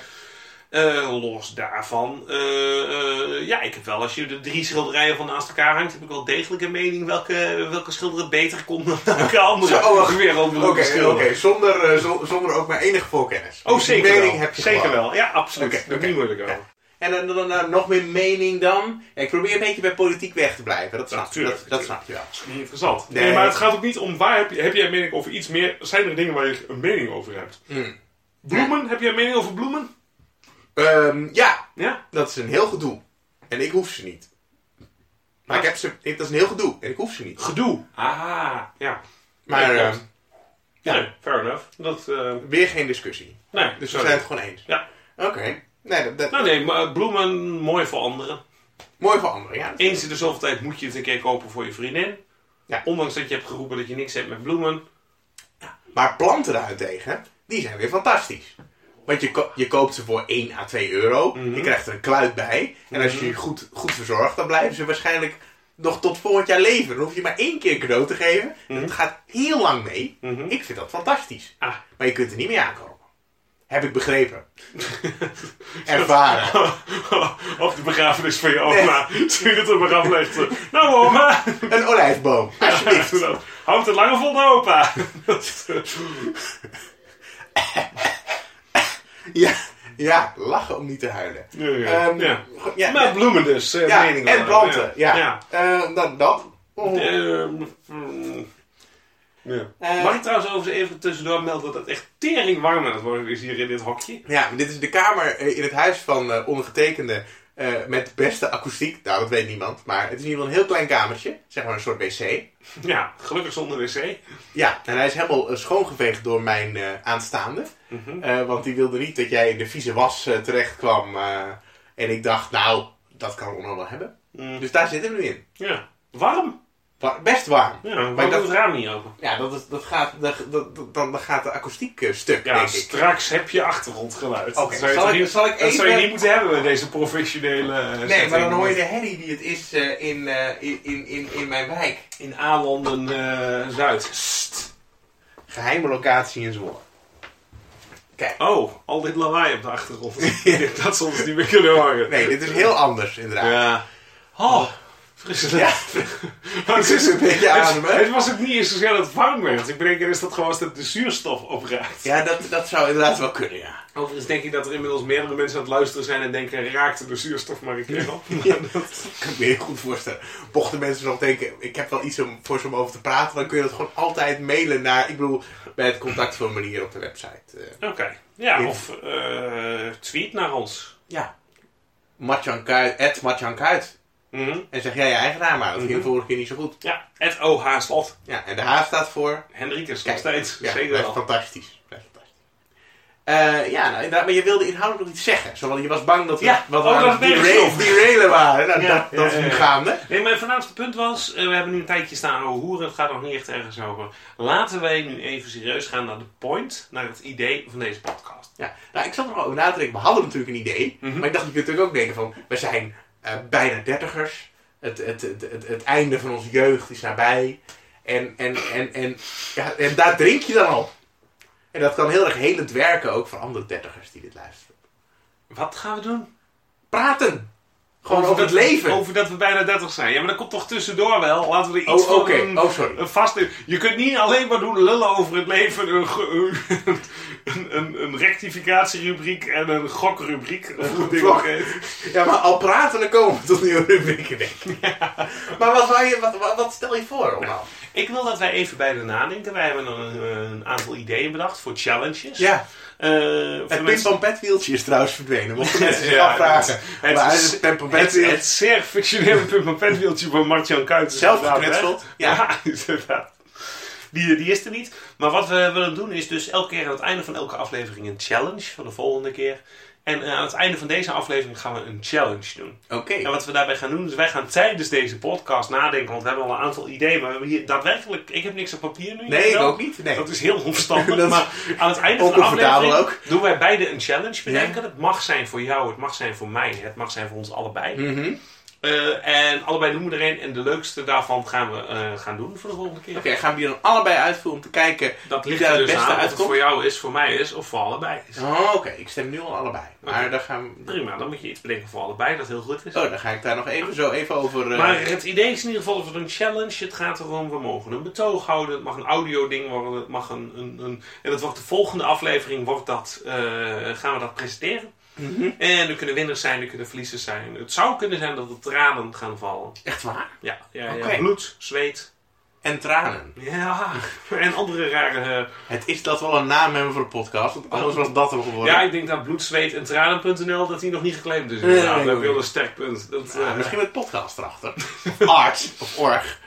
S2: Eh, los daarvan, eh, eh, ja, ik heb wel, als je de drie schilderijen van naast elkaar hangt, heb ik wel degelijk een mening welke, welke schilder het beter komt dan welke andere.
S1: Zo, oh,
S2: *laughs*
S1: wacht.
S2: weer over
S1: Oké, oké. zonder, eh, zo- zonder ook maar enige voorkennis.
S2: Oh,
S1: Dus die
S2: zeker
S1: mening
S2: wel.
S1: Heb je
S2: zeker
S1: gewoon.
S2: wel, ja, absoluut.
S1: Oké,
S2: Daar ben ik
S1: oké.
S2: niet moeilijk over.
S1: Ja. En dan, dan, dan nog meer mening dan. Ja, ik probeer een beetje bij politiek weg te blijven. Dat snap,
S2: tuurlijk,
S1: dat, dat
S2: tuurlijk.
S1: snap je wel.
S2: Dat is niet interessant. Nee,
S1: Nee.
S2: maar het gaat ook niet om waar heb, je, heb jij een mening over iets meer. Zijn er dingen waar je een mening over hebt?
S1: Hmm.
S2: Bloemen, heb jij een mening over bloemen?
S1: Ehm, ja,
S2: Ja?
S1: dat is een heel gedoe. En ik hoef ze niet. Maar ik heb ze, ik- dat is een heel gedoe. En ik hoef ze niet.
S2: Gedoe. Ah, ja.
S1: Maar
S2: Ja,
S1: ehm,
S2: klopt. Ja, fair enough. Dat, eh,
S1: weer geen discussie.
S2: nee,
S1: Dus we
S2: sorry.
S1: zijn het gewoon eens.
S2: Ja.
S1: Oké. Nee, dat, dat-
S2: Nou nee, maar bloemen mooi voor anderen.
S1: mooi voor anderen. Ja,
S2: Eens in de zoveel tijd moet je het een keer kopen voor je vriendin.
S1: Ja.
S2: Ondanks dat je hebt geroepen dat je niks hebt met bloemen.
S1: Maar planten daarentegen, die zijn weer fantastisch. Want je, ko- je koopt ze voor 1 à 2 euro.
S2: Mhm.
S1: Je krijgt er een kluit bij. En als je je goed, goed verzorgt, dan blijven ze waarschijnlijk nog tot volgend jaar leven. Dan hoef je maar één keer een cadeau te geven. Dat gaat heel lang mee.
S2: Mhm.
S1: Ik vind dat fantastisch.
S2: Ah,
S1: Maar je kunt er niet mee aankomen. Heb ik
S2: *laughs*
S1: begrepen. Ervaren.
S2: of de begrafenis van je oma. *laughs* Zie je dat op een aflegt. Nou,
S1: *laughs*
S2: oma. *laughs*
S1: Een olijfboom. Alsjeblieft.
S2: Houd het langer vol, de opa. *laughs*
S1: Ja, ja, lachen om niet te huilen.
S2: Ja, ja.
S1: Ehm,
S2: Ja.
S1: go- ja,
S2: maar bloemen dus. eh,
S1: ja,
S2: mening wel.
S1: en planten. Ja.
S2: ja.
S1: Eh, dan dat. Oh.
S2: Ehm, mm, ja.
S1: Eh,
S2: Mag ik trouwens overigens even tussendoor melden dat het echt tering warm aan het worden is hier in dit hokje?
S1: Ja, maar dit is de kamer eh, in het huis van eh, ondergetekende eh, met de beste akoestiek. Nou, dat weet niemand. Maar het is in ieder geval een heel klein kamertje. Zeg maar een soort wc.
S2: Ja, gelukkig zonder wc.
S1: Ja, en hij is helemaal eh, schoongeveegd door mijn eh, aanstaande.
S2: Mhm.
S1: Eh, want die wilde niet dat jij in de vieze was eh, terecht kwam. eh, en ik dacht, nou, dat kan Onno wel hebben.
S2: Mm.
S1: Dus daar zitten we nu in.
S2: Ja, warm.
S1: Wa- Best warm.
S2: Ja, waarom
S1: Maar
S2: doet
S1: dat-
S2: het raam niet open?
S1: Ja, dat is, dat gaat, dat, dat- dat- dan, dan gaat de akoestiek eh, stuk,
S2: Ja,
S1: denk ik.
S2: straks heb je achtergrondgeluid.
S1: Oké,
S2: dat zou je,
S1: zal
S2: toch
S1: ik-
S2: niet,
S1: zal ik
S2: dat zou je
S1: even-
S2: niet moeten hebben met deze professionele eh,
S1: Nee,
S2: setting.
S1: maar dan hoor je de herrie die het is eh, in, eh, in, in, in, in mijn wijk.
S2: In Aalanden eh, Zuid. Sst.
S1: Geheime locatie in Zwolle. Kijk.
S2: Oh, al dit lawaai op de
S1: *laughs*
S2: achtergrond. Ik denk dat ze ons niet meer kunnen horen.
S1: Nee, dit is heel anders inderdaad.
S2: Ja. Oh, frisse
S1: Ja.
S2: *laughs* Het
S1: is een beetje ademen.
S2: Het, het was ook niet eens zozeer dat het warm werd. Ik bedenk, is dat gewoon als dat de zuurstof opraakt.
S1: Ja, dat, dat zou inderdaad wel kunnen, ja.
S2: Overigens denk ik dat er inmiddels meerdere mensen aan het luisteren zijn en denken, raakte de zuurstof maar een
S1: *laughs*
S2: keer op.
S1: Ja, dat kan ik me heel goed voorstellen. Mochten mensen nog denken, ik heb wel iets om, voor ze om over te praten, dan kun je dat gewoon altijd mailen naar, ik bedoel, bij het contactformulier op de website. eh.
S2: Oké. Ja, of eh, tweet naar ons.
S1: ja. Matjan Kuit, at Matjan Kuit.
S2: Mhm.
S1: En zeg jij je eigen naam maar, dat ging de vorige keer niet zo goed.
S2: Ja, het OH slot.
S1: Ja, en de H staat voor...
S2: Henrikus nog
S1: Kijk,
S2: steeds.
S1: Ja,
S2: Zeker
S1: blijft
S2: wel.
S1: fantastisch. Blijft fantastisch. Eh, ja, nou, inderdaad, maar je wilde inhoudelijk nog iets zeggen. Zo, want je was bang dat we,
S2: Ja,
S1: wat we
S2: oh,
S1: aan
S2: dat
S1: het
S2: ben ik
S1: derail-
S2: zo.
S1: derailen waren. Nou,
S2: Ja,
S1: dat, dat
S2: ja,
S1: is
S2: ja,
S1: nu
S2: ja.
S1: gaande.
S2: Nee, mijn voornaamste punt was, eh, we hebben nu een tijdje staan over hoeren, het gaat nog niet echt ergens over. Laten wij nu even serieus gaan naar de point, naar het idee van deze podcast.
S1: Ja. Nou, ik zat er wel over na te denken. We hadden natuurlijk een idee.
S2: Mhm.
S1: Maar ik dacht, je kunt natuurlijk ook denken van... We zijn eh, bijna dertigers. Het, het, het, het, het einde van onze jeugd is nabij. En, en, en, en, ja, en daar drink je dan op. En dat kan heel erg helend werken ook voor andere dertigers die dit luisteren.
S2: Wat gaan we doen?
S1: Praten! Gewoon over, het leven.
S2: Over dat we bijna 30 zijn. Ja, maar dat komt toch tussendoor wel? Laten we er iets
S1: Oh,
S2: van
S1: oké.
S2: een,
S1: Oh, sorry.
S2: een vaste... Je kunt niet alleen maar doen lullen over het leven, een, ge- een, een, een, een rectificatierubriek en een gokrubriek. Of hoe het ding ook heet.
S1: Ja, maar al praten, dan komen we tot nieuwe rubrieken, denk
S2: *laughs*
S1: ik. Maar wat, wou je, wat, wat, wat stel je voor, Onno?
S2: Ik wil dat wij even bij de nadenken. Wij hebben een, een aantal ideeën bedacht voor challenges.
S1: Ja,
S2: Eh, voor
S1: het
S2: mensen-
S1: pimpompetwieltje is trouwens verdwenen. *laughs* Mochten mensen zich
S2: Ja,
S1: afvragen.
S2: Het,
S1: waar is
S2: is-
S1: het
S2: het,
S1: pimpompetwieltje?
S2: het zeer fictionele pimperpetwieltje van Martjan Kuijten.
S1: Zelf geknutseld,
S2: Ja,
S1: ja.
S2: *laughs* inderdaad. Die, die is er niet. Maar wat we willen doen is dus elke keer aan het einde van elke aflevering een challenge van de volgende keer. En eh, aan het einde van deze aflevering gaan we een challenge doen.
S1: Oké.
S2: En wat we daarbij gaan doen is wij gaan tijdens deze podcast nadenken. Want we hebben al een aantal ideeën. Maar we hebben hier daadwerkelijk... Ik heb niks op papier nu.
S1: Nee, ik
S2: jawel.
S1: ook niet. Nee.
S2: Dat is heel onverstandig.
S1: *laughs* Dat is
S2: maar aan het einde van de
S1: oncomfortabel
S2: aflevering
S1: ook.
S2: doen wij beide een challenge bedenken. Het mag zijn voor jou, het mag zijn voor mij, het mag zijn voor ons allebei.
S1: Mhm. Oké,
S2: Eh, en allebei doen we er een. En de leukste daarvan gaan we eh, gaan doen voor de volgende keer.
S1: gaan we die dan allebei uitvoeren om te kijken
S2: Dat
S1: wie
S2: ligt
S1: daar
S2: er
S1: het
S2: dus
S1: beste
S2: aan of het
S1: uitkomt?
S2: voor jou is, voor mij is of voor allebei is.
S1: Oh, oké. Ik stem nu al allebei. Maar
S2: Oké.
S1: dan, gaan we...
S2: Prima, dan moet je iets bedenken voor allebei, dat heel goed is.
S1: oh, dan ga ik daar nog even zo even over... eh,
S2: Maar het idee is in ieder geval voor een challenge. Het gaat erom, we mogen een betoog houden. Het mag een audio-ding worden. Het mag een, een, een... En dat wordt de volgende aflevering. Wordt dat, eh, gaan we dat presenteren. En er kunnen winners zijn, er kunnen verliezers zijn. Het zou kunnen zijn dat er tranen gaan vallen.
S1: Echt waar?
S2: Ja, ja, ja.
S1: Oké.
S2: bloed, zweet.
S1: En tranen.
S2: Ja, *laughs* en andere rare... eh,
S1: Het is dat we al een naam hebben voor de podcast, want anders was dat hem geworden.
S2: Ja, ik denk dat bloed, zweet en tranen.nl dat die nog niet geclaimd is.
S1: Nee,
S2: inderdaad.
S1: nee,
S2: dat
S1: nee.
S2: is wel een sterk punt. Dat,
S1: Ja,
S2: eh,
S1: misschien met podcast erachter. Of Arts of org.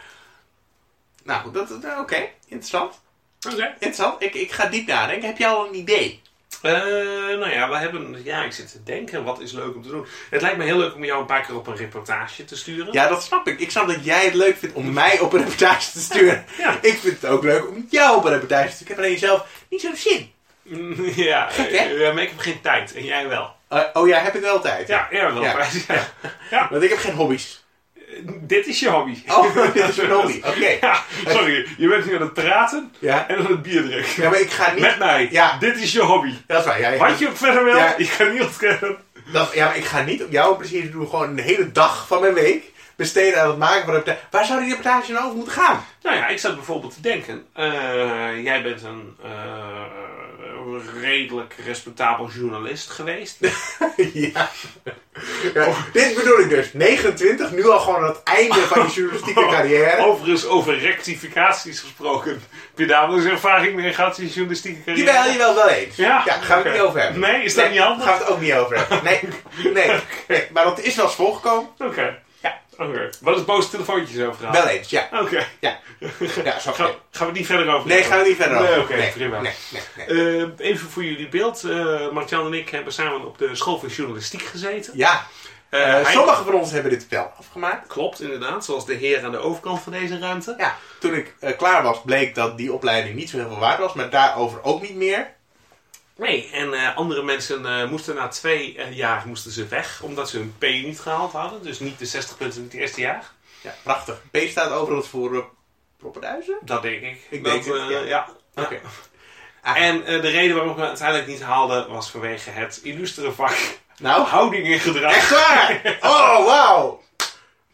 S1: Nou, goed, dat, dat- oké. Interessant.
S2: Oké.
S1: Interessant. Ik, ik ga diep nadenken. Heb jij al een idee?
S2: Eh, nou ja, we hebben, ja, ik zit te denken, wat is leuk om te doen? Het lijkt me heel leuk om jou een paar keer op een reportage te sturen.
S1: Ja, dat snap ik. Ik snap dat jij het leuk vindt om mij op een reportage te sturen.
S2: *laughs* Ja.
S1: Ik vind het ook leuk om jou op een reportage te sturen. Ik heb alleen zelf niet zo'n zin.
S2: Mm, *laughs* ja,
S1: Gek, hè?
S2: eh, ja, maar ik heb geen tijd. En jij wel.
S1: Eh, oh ja, heb ik wel tijd.
S2: Ja, jij wel.
S1: Ja.
S2: tijd, *laughs* Ja. Ja,
S1: Want ik heb geen hobby's.
S2: eh, Dit is je hobby. *laughs*
S1: Oh, *laughs* dit is mijn hobby. Oké.
S2: Ja, sorry, je bent nu aan het praten
S1: Ja.
S2: en aan het bier drinken.
S1: ja, maar ik ga niet...
S2: Met mij.
S1: Ja.
S2: Dit is je hobby.
S1: Dat is waar. Ja,
S2: Wat je ook verder wil,
S1: Ja.
S2: je kan niet ontkennen.
S1: dat, ja, maar ik ga niet op jouw plezier doen. Gewoon een hele dag van mijn week besteden aan het maken van een reportage. Waar zou die reportage nou over moeten gaan? *laughs*
S2: Nou ja, ik zat bijvoorbeeld te denken. eh, jij bent een eh, redelijk respectabel journalist geweest.
S1: ja. Ja,
S2: Oh.
S1: Dit bedoel ik dus. 29, nu al gewoon aan het einde van je
S2: *laughs*
S1: journalistieke
S2: Oh.
S1: carrière.
S2: Overigens, over rectificaties gesproken. Heb je daar wel eens ervaring mee gehad in je journalistieke carrière?
S1: Jawel, jawel, wel eens.
S2: Ja,
S1: gaan we
S2: oké.
S1: het niet over hebben.
S2: Nee, is dat niet handig?
S1: Gaan we het ook niet over hebben. Nee,
S2: *laughs*
S1: nee, nee. Maar dat is wel eens voorgekomen.
S2: Oké.
S1: Ja.
S2: Oké. Wat is boze telefoontjes over gehad?
S1: Wel eens, ja.
S2: Oké.
S1: Ja, ja zo.
S2: Ga- Gaan we het niet verder over
S1: Nee, gaan we niet verder over.
S2: Nee, oké,
S1: nee,
S2: prima.
S1: Nee, nee, nee.
S2: Eh, even voor jullie beeld. eh Martjan en ik hebben samen op de school voor journalistiek gezeten.
S1: Ja,
S2: Eh,
S1: eh,
S2: hij-
S1: sommigen van ons hebben dit wel afgemaakt.
S2: Klopt, inderdaad. Zoals de heer aan de overkant van deze ruimte.
S1: Ja, toen ik eh, klaar was, bleek dat die opleiding niet zo heel veel waard was, maar daarover ook niet meer.
S2: Nee, en eh, andere mensen eh, moesten na twee eh, jaar moesten ze weg. Omdat ze hun P niet gehaald hadden. Dus niet de 60 punten in het eerste jaar.
S1: Ja, prachtig. P staat overigens voor uh, proppenduizen.
S2: Dat denk ik.
S1: Ik
S2: Dat,
S1: denk het,
S2: eh,
S1: ja.
S2: ja. Ja.
S1: Oké. Ah.
S2: En eh, de reden waarom ik het uiteindelijk niet haalde was vanwege het illustere vak *laughs*
S1: Nou,
S2: houding en gedrag.
S1: echt waar! Oh, wauw!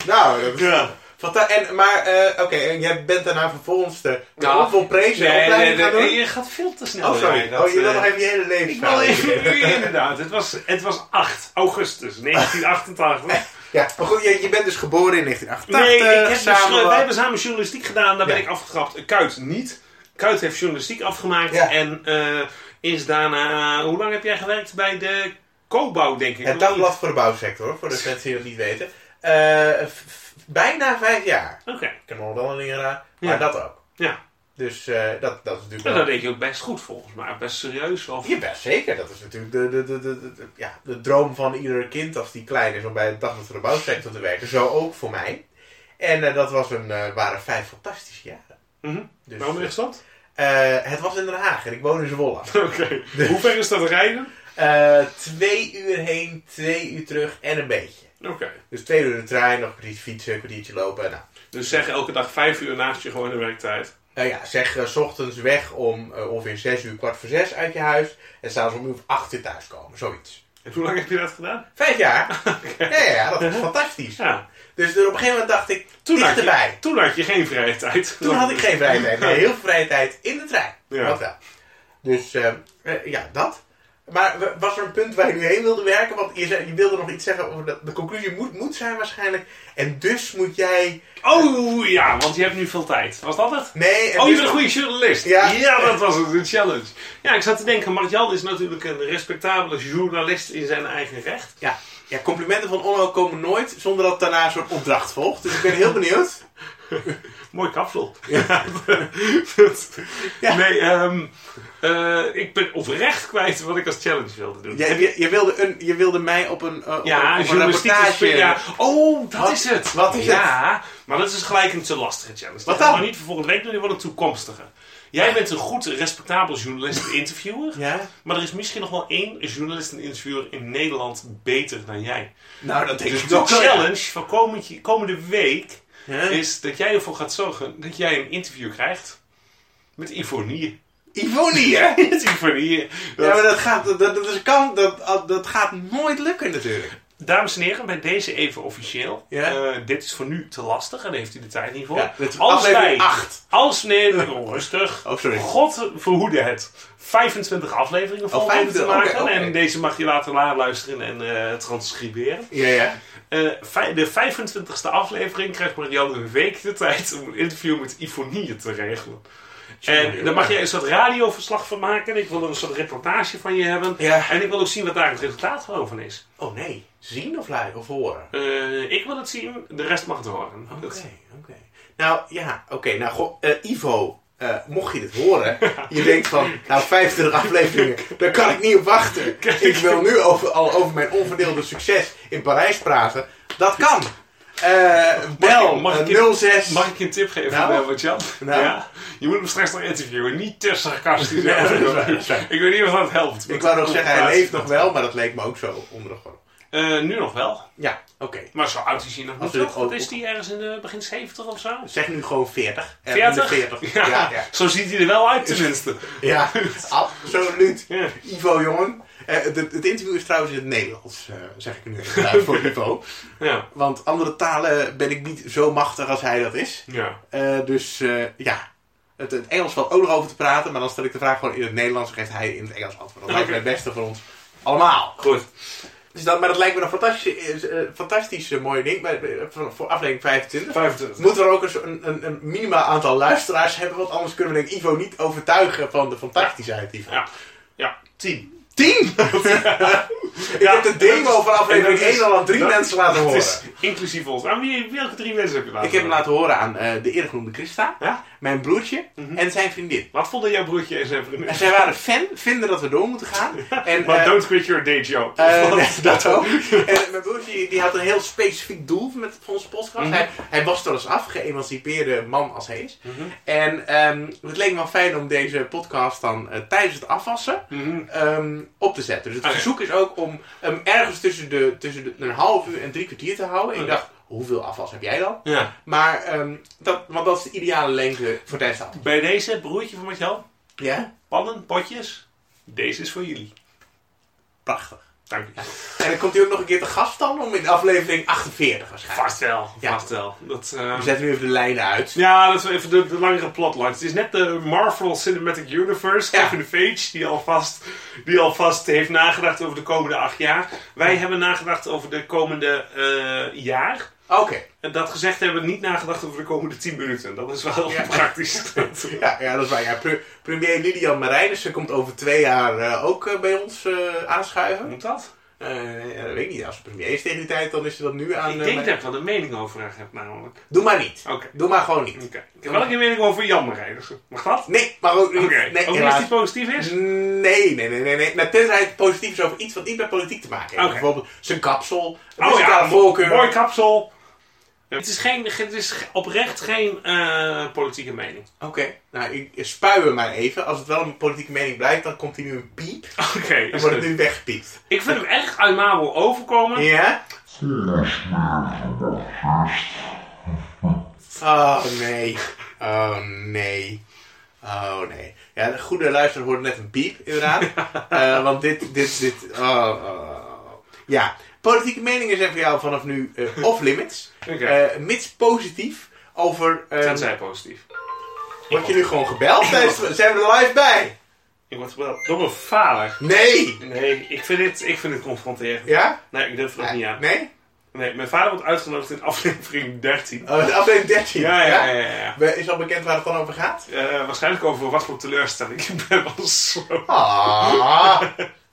S1: Nou, dat is
S2: Ja.
S1: fanta- En, maar, eh, oké, en jij bent daarna vervolgens de
S2: Nou,
S1: onvolprezen
S2: Nee, nee,
S1: opleiding
S2: nee,
S1: gaan doen?
S2: je gaat veel te snel.
S1: Oh, sorry.
S2: Ja, dat,
S1: oh, je wil
S2: eh,
S1: nog even je hele
S2: Ik wil
S1: levensverhaal.
S2: even, inderdaad. Het was, het was 8
S1: *laughs*
S2: augustus 1988.
S1: Ja, maar goed, je, je bent dus geboren in 1988.
S2: Nee, ik heb dus,
S1: samen
S2: eh,
S1: wat-
S2: wij hebben samen journalistiek gedaan. Daar ben
S1: Ja.
S2: ik afgetrapt. Kuit niet. Kuit heeft journalistiek afgemaakt.
S1: Ja.
S2: En eh, is daarna... Hoe lang heb jij gewerkt bij de Cobouw, denk ik?
S1: Het
S2: of niet?
S1: dagblad voor de bouwsector,
S2: *laughs*
S1: voor de mensen die dat niet weten. Eh, f- f- bijna vijf jaar.
S2: Oké.
S1: Ik heb nog wel een leraar, maar
S2: Ja.
S1: dat ook.
S2: Ja.
S1: Dus eh, dat, dat is
S2: Nou,
S1: natuurlijk
S2: dat
S1: wel...
S2: deed je ook best goed volgens mij. Best serieus. Of...
S1: Ja, best zeker. Dat is natuurlijk de, de, de, de, de- de- ja, de droom van ieder kind als die klein is om bij het dagblad voor de bouwsector te werken. Zo ook voor mij. En eh, dat was een, eh, waren vijf fantastische jaren.
S2: Mhm.
S1: Dus,
S2: Waarom is dat?
S1: eh, het was in Den Haag en ik woon in Zwolle.
S2: *laughs* Oké. Hoe ver is dat rijden?
S1: Eh, twee uur heen, twee uur terug en een beetje.
S2: Oké.
S1: Dus twee uur de trein, nog een kwartiertje fietsen, een kwartiertje lopen. Nou,
S2: Dus zeg elke dag 5 uur naast je gewone werktijd.
S1: Nou ja, zeg eh, s ochtends weg om eh, ongeveer 6 uur, kwart voor 6 uit je huis. En s'avonds om uur of 8 uur thuis komen, zoiets.
S2: En hoe lang heb je dat gedaan?
S1: Vijf jaar?
S2: *laughs*
S1: ja, ja, ja, dat is fantastisch.
S2: Ja.
S1: Dus er op een gegeven moment dacht ik,
S2: Toen had, je,
S1: dichterbij.
S2: toen had je geen vrije tijd.
S1: Toen had ik geen vrije tijd. Nee, heel veel vrije tijd in de trein.
S2: Ja.
S1: Wat wel. Dus eh, eh, ja, dat. Maar w- was er een punt waar je nu heen wilde werken? Want je, zei- je wilde nog iets zeggen over dat de conclusie moet, moet zijn waarschijnlijk. En dus moet jij...
S2: Oh ja, want je hebt nu veel tijd. Was dat het?
S1: Nee, en
S2: Oh, je
S1: dus-
S2: bent een goede journalist.
S1: Ja.
S2: dat was het, een challenge. Ja, ik zat te denken, Martjan is natuurlijk een respectabele journalist in zijn eigen recht.
S1: Ja, ja, complimenten van Onno komen nooit zonder dat daarna een soort opdracht volgt. Dus ik ben heel *laughs* benieuwd.
S2: Mooi kapsel. *laughs* Dat-
S1: Ja.
S2: Nee, ehm, eh, ik ben oprecht kwijt wat ik als challenge wilde doen.
S1: Jij, je, je, wilde een, je wilde mij op een, eh, op een-
S2: Ja,
S1: op een
S2: journalistieke
S1: reportage.
S2: spe- ja. Oh, dat
S1: Wat-
S2: is het.
S1: wat is
S2: ja, maar dat is gelijk een te lastige challenge.
S1: Wat
S2: Dat gaan we
S1: dan?
S2: niet voor volgende week doen, die wordt een toekomstige. Jij bent een goed, respectabel journalist-interviewer.
S1: Ja?
S2: Maar er is misschien nog wel één journalist-interviewer in Nederland beter dan jij.
S1: Nou, dat denk
S2: Dus
S1: ik
S2: de
S1: ook wel, ja.
S2: challenge van komend- komende week
S1: Ja.
S2: is dat jij ervoor gaat zorgen dat jij een interview krijgt met Ivonie.
S1: *laughs* Ivonie, *laughs* hè?
S2: Met Ivonie. Dat-
S1: Ja, maar dat gaat, dat, dat, is kan, dat, dat gaat nooit lukken natuurlijk.
S2: Dames en heren, bij deze even officieel.
S1: Ja.
S2: Eh, dit is voor nu te lastig en daar heeft u de tijd niet voor.
S1: Ja, dit is
S2: als wij,
S1: aflevering 8.
S2: als nee, oh,
S1: *laughs*
S2: rustig.
S1: Oh, sorry.
S2: God verhoede het. 25 afleveringen van te
S1: 25,
S2: maken.
S1: oké, Oh, oké.
S2: En deze mag je later luisteren en eh, transcriberen.
S1: Ja, ja.
S2: Eh, vij- de 25e aflevering krijgt Marianne een week de tijd om een interview met Ivonie te regelen. En daar mag jij een soort radioverslag van maken. Ik wil een soort reportage van je hebben.
S1: Ja.
S2: En ik wil ook zien wat daar het resultaat gewoon van is.
S1: Oh nee, zien of luisteren of horen?
S2: Eh, ik wil het zien, de rest mag het horen.
S1: Oké, oké. Nou, ja, oké. nou, goh, eh, Ivo, eh, mocht je dit
S2: *laughs*
S1: horen, je denkt van, nou, 25 afleveringen, daar kan ik niet op wachten. Ik wil nu over, al over mijn onverdeelde succes in Parijs praten. Dat kan. Eh, bel
S2: mag ik-
S1: eh, 06.
S2: Mag ik je een tip geven,
S1: Nou?
S2: eh, Martjan?
S1: Nou?
S2: Ja. Je moet hem straks nog interviewen, niet te sarcastisch.
S1: Ja, dat is waar, dat is waar.
S2: ik weet niet of dat helpt.
S1: Ik wou nog zeggen, hij leeft nog wel, maar dat leek me ook zo onder de gordel.
S2: Eh, nu nog wel,
S1: Ja, oké.
S2: maar zo oud is hij nog niet.
S1: Natuurlijk
S2: toch? Wat
S1: ook-
S2: is die ergens in de begin 70 of zo?
S1: Zeg nu gewoon 40. Eh,
S2: 40?
S1: 40.
S2: Ja,
S1: Ja, ja.
S2: Zo ziet hij er wel uit tenminste.
S1: ja, absoluut.
S2: Ja.
S1: Ivo, jongen. Eh, het- het interview is trouwens in het Nederlands, eh, zeg ik nu even voor Ivo.
S2: Ja.
S1: Want andere talen ben ik niet zo machtig als hij dat is.
S2: ja.
S1: Eh, dus eh, ja, het, het Engels valt ook nog over te praten, maar dan stel ik de vraag gewoon in het Nederlands en geeft hij in het Engels antwoord. Dat lijkt me het beste voor ons allemaal.
S2: Goed.
S1: Dus dat, maar dat lijkt me een fantastisch, eh, fantastisch eh, mooi ding maar, eh, voor voor aflevering 25.
S2: 25.
S1: Moeten we er ook een soort- een, een, een minimaal aantal luisteraars hebben, want anders kunnen we denk ik Ivo niet overtuigen van de fantastischheid Ivo.
S2: Ja. Ja. 10.
S1: *laughs* Tien! ik
S2: Ja,
S1: heb de demo
S2: dat is-
S1: van aflevering
S2: dat is-
S1: 1 al aan drie
S2: dat-
S1: mensen laten
S2: Het
S1: horen.
S2: is inclusief ons. Aan wie, welke drie mensen heb je laten
S1: Ik heb hem
S2: horen?
S1: laten horen aan eh, de eerder genoemde Christa,
S2: Ja?
S1: mijn broertje en zijn vriendin.
S2: Wat vonden jouw broertje en zijn vriendin?
S1: En zij waren fan, vinden dat we door moeten *laughs* gaan. En,
S2: Maar
S1: eh,
S2: don't quit your day job.
S1: eh,
S2: Want-
S1: nee, *laughs* dat ook. En mijn broertje die- die had een heel specifiek doel met voor onze podcast.
S2: Mhm.
S1: hij, hij was trouwens af, geëmancipeerde man als hij is.
S2: Mhm.
S1: En ehm, het leek me wel fijn om deze podcast dan eh, tijdens het afwassen
S2: Mhm.
S1: ehm, op te zetten. Dus het
S2: Ah, ja.
S1: verzoek is ook om hem ergens tussen, de, tussen de, een half uur en drie kwartier te houden. Ik
S2: Ja.
S1: dacht, hoeveel afwas heb jij dan?
S2: Ja.
S1: Maar, ehm, dat, want dat is de ideale lengte voor tijdens het afwassen.
S2: Bij deze, broertje van Michel,
S1: Ja,
S2: pannen, potjes. Deze is voor jullie.
S1: prachtig.
S2: Dank je.
S1: En dan komt hij ook nog een keer te gast dan om in aflevering 48 waarschijnlijk.
S2: Vast wel,
S1: Ja.
S2: vast wel. Dat, eh,
S1: We zetten nu even de lijnen uit.
S2: ja, dat we even de, de langere plotlines. Het is net de Marvel Cinematic Universe,
S1: Ja.
S2: Kevin Feige, die alvast, die alvast heeft nagedacht over de komende acht jaar. Wij hebben nagedacht over de komende eh, jaar.
S1: Oké.
S2: En dat gezegd hebben we niet nagedacht over de komende 10 minuten. Dat is wel
S1: Ja.
S2: *laughs* praktisch.
S1: Ja, ja, dat is waar. Ja, pre- premier Lilian Marijnissen komt over twee jaar eh, ook eh, bij ons eh, aanschuiven.
S2: Moet dat?
S1: Eh, ja, dat weet ik niet. Als ze premier is tegen die tijd, dan is ze dat nu aan...
S2: Ik
S1: eh,
S2: denk
S1: Marij-
S2: dat ik wel een mening over haar heb namelijk.
S1: Doe maar niet.
S2: Oké.
S1: Doe maar gewoon niet.
S2: Oké. Ik heb wel een keer mening over Jan Marijnissen. Mag dat?
S1: Nee, maar ook niet.
S2: Oké.
S1: Nee,
S2: Ook niet als
S1: helaas.
S2: die positief is?
S1: Nee, nee, nee, nee. nee. Nou, tenzij het positief is over iets wat niet met politiek te maken heeft.
S2: Oké.
S1: Bijvoorbeeld zijn kapsel,
S2: Oh ja,
S1: muzikale voorkeur.
S2: mooi kapsel. Ja, Het is, geen, het is oprecht geen eh, politieke mening.
S1: Oké, nou, ik spuien hem maar even. Als het wel een politieke mening blijft, dan komt hij nu een piep.
S2: Oké,
S1: Dan
S2: is
S1: wordt
S2: goed.
S1: het nu weggepiept.
S2: ik vind hem erg aimabel overkomen.
S1: Ja? Oh nee. Oh nee. Oh nee. Ja, de goede luisteraar hoort net een piep,
S2: *laughs*
S1: inderdaad. Eh, want dit, dit, dit. Oh, oh. Ja. Politieke meningen zijn voor jou vanaf nu eh, off-limits.
S2: Oké.
S1: Eh, mits positief over. ehm,
S2: Tenzij positief.
S1: word je nu gewoon gebeld? Zijn- Zijn we er live bij?
S2: Ik word wel door mijn vader.
S1: Nee!
S2: Nee, ik vind dit, ik vind dit confronterend.
S1: Ja?
S2: Nee, ik durf het ook niet aan.
S1: Nee?
S2: Nee, mijn vader wordt uitgenodigd in aflevering 13.
S1: Oh, de aflevering 13.
S2: Ja, ja, ja. ja, ja.
S1: We- Is al bekend waar het dan over gaat?
S2: Eh, waarschijnlijk over wat voor teleurstelling *laughs* ik ben als zo.
S1: Ah.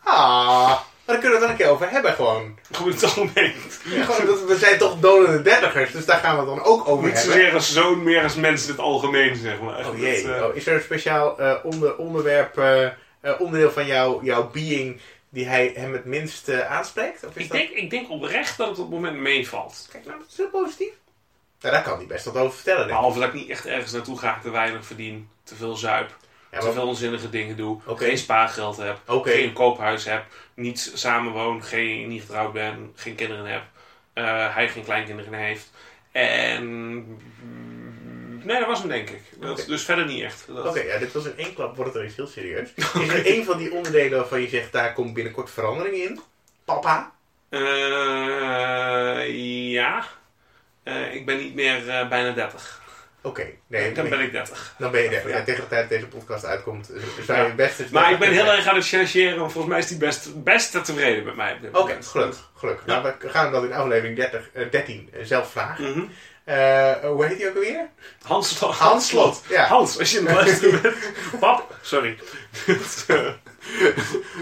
S1: Ah. Maar daar kunnen we het wel een keer over hebben gewoon.
S2: Gewoon in het algemeen.
S1: Ja, gewoon dat we zijn toch dolende dertigers, dus daar gaan we het dan ook over
S2: Niet
S1: hebben.
S2: zozeer als zoon, meer als mensen in het algemeen, zeg maar.
S1: Oh
S2: Dat,
S1: jee,
S2: eh,
S1: oh, is er een speciaal eh, onder, onderwerp, eh, eh, onderdeel van jouw jouw being die hij hem het minst eh, aanspreekt? Of is
S2: Ik
S1: dat...
S2: denk, ik denk oprecht dat het op het moment meevalt.
S1: Kijk nou, dat is heel positief. Nou, daar kan hij best wat over vertellen, denk ik.
S2: Behalve dat ik niet echt ergens naartoe ga, ik te weinig verdien, te veel zuip,
S1: Ja,
S2: te
S1: maar-
S2: veel onzinnige dingen doe,
S1: Oké.
S2: geen spaargeld heb,
S1: Oké.
S2: geen koophuis heb, niet samenwoon, geen, niet getrouwd ben, geen kinderen heb, eh, hij geen kleinkinderen heeft. En. mm, Nee, dat was hem denk ik. Dat,
S1: Oké.
S2: Dus verder niet echt. Dat-
S1: Oké, ja, dit was in één klap, wordt het er iets heel
S2: *laughs*
S1: serieus. Is er één van die onderdelen waarvan je zegt, daar komt binnenkort verandering in? Papa?
S2: Eh, ja. Eh, ik ben niet meer eh, bijna 30.
S1: Oké, nee,
S2: Dan
S1: nee.
S2: ben ik 30.
S1: Dan ben je er.
S2: Ja.
S1: Ja, tegen de tijd dat deze podcast uitkomt, eh, zou
S2: Ja.
S1: je het beste...
S2: Maar ik ben heel erg aan het chercheren, want volgens mij is die best, best te tevreden met mij. op dit
S1: Oké,
S2: moment.
S1: gelukkig. gelukkig.
S2: Ja.
S1: Nou, we gaan hem dan in aflevering 30, eh, 13 eh, zelf vragen.
S2: Mhm.
S1: Eh, hoe heet hij ook alweer?
S2: Hans Slot.
S1: Hans Slot, ja.
S2: Hans, als je hem luistert
S1: *laughs*
S2: bent. Pap, sorry.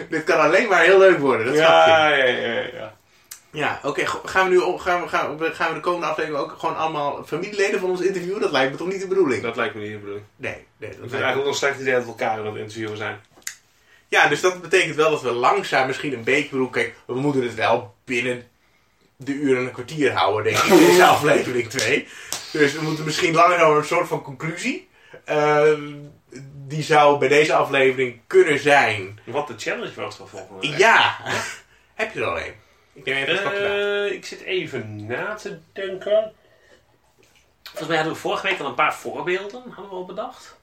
S1: Dit kan alleen maar heel leuk worden, dat snap je.
S2: ja, ja, ja, ja.
S1: Ja, oké. go- gaan we nu om- gaan we, gaan, we, gaan we de komende aflevering ook gewoon allemaal familieleden van ons interviewen? Dat lijkt me toch niet de bedoeling?
S2: Dat lijkt me niet de bedoeling.
S1: Nee, nee.
S2: Ik
S1: Dat
S2: vind
S1: lijkt me...
S2: eigenlijk nog slecht idee dat we elkaar aan het interviewen zijn.
S1: Ja, dus dat betekent wel dat we langzaam misschien een beetje... ik bedoel, Kijk, we moeten het wel binnen de uur en een kwartier
S2: *laughs*
S1: houden, denk ik. Deze aflevering 2. Dus we moeten misschien langer over een soort van conclusie. ehm, die zou bij deze aflevering kunnen zijn.
S2: Wat de challenge was van volgende week.
S1: Ja, *laughs* heb je er al een? Ik neem even een stapje na.
S2: Eh, ik zit even na te denken. Volgens mij hadden we vorige week al een paar voorbeelden, hadden we al bedacht.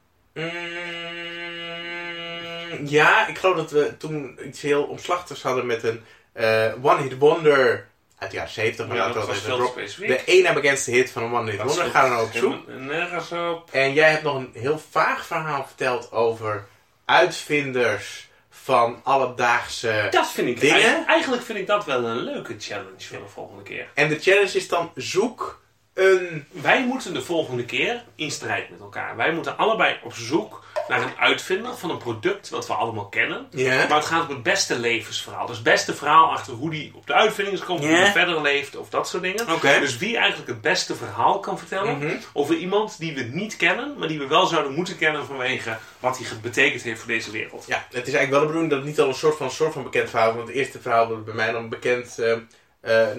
S1: Mm, ja, ik geloof dat we toen iets heel omslachtigs hadden met een eh, One Hit Wonder uit de jaren 70. Maar
S2: Ja,
S1: laten
S2: dat
S1: we
S2: was
S1: even
S2: veel te
S1: rock-
S2: specifiek.
S1: De één na bekendste hit van een One Hit Wonder. Gaan we nou op zoek.
S2: Helemaal Nergens op.
S1: En jij hebt nog een heel vaag verhaal verteld over uitvinders van alledaagse...
S2: Dat vind ik
S1: Dingen?
S2: eigenlijk- Eigenlijk vind ik dat wel een leuke challenge voor de volgende keer.
S1: En de challenge is dan zoek een...
S2: Wij moeten de volgende keer in strijd met elkaar. Wij moeten allebei op zoek naar een uitvinder van een product wat we allemaal kennen.
S1: Ja?
S2: Maar het gaat om het beste levensverhaal. Dus het beste verhaal achter hoe die op de uitvinding is gekomen,
S1: Ja.
S2: hoe die verder leeft of dat soort dingen.
S1: Oké.
S2: Dus wie eigenlijk het beste verhaal kan vertellen
S1: Mhm.
S2: over iemand die we niet kennen, maar die we wel zouden moeten kennen vanwege wat hij ge- betekend heeft voor deze wereld.
S1: Ja, het is eigenlijk wel de bedoeling dat het niet al een soort van, soort van bekend verhaal is. Want het eerste verhaal dat bij mij dan bekend eh, eh,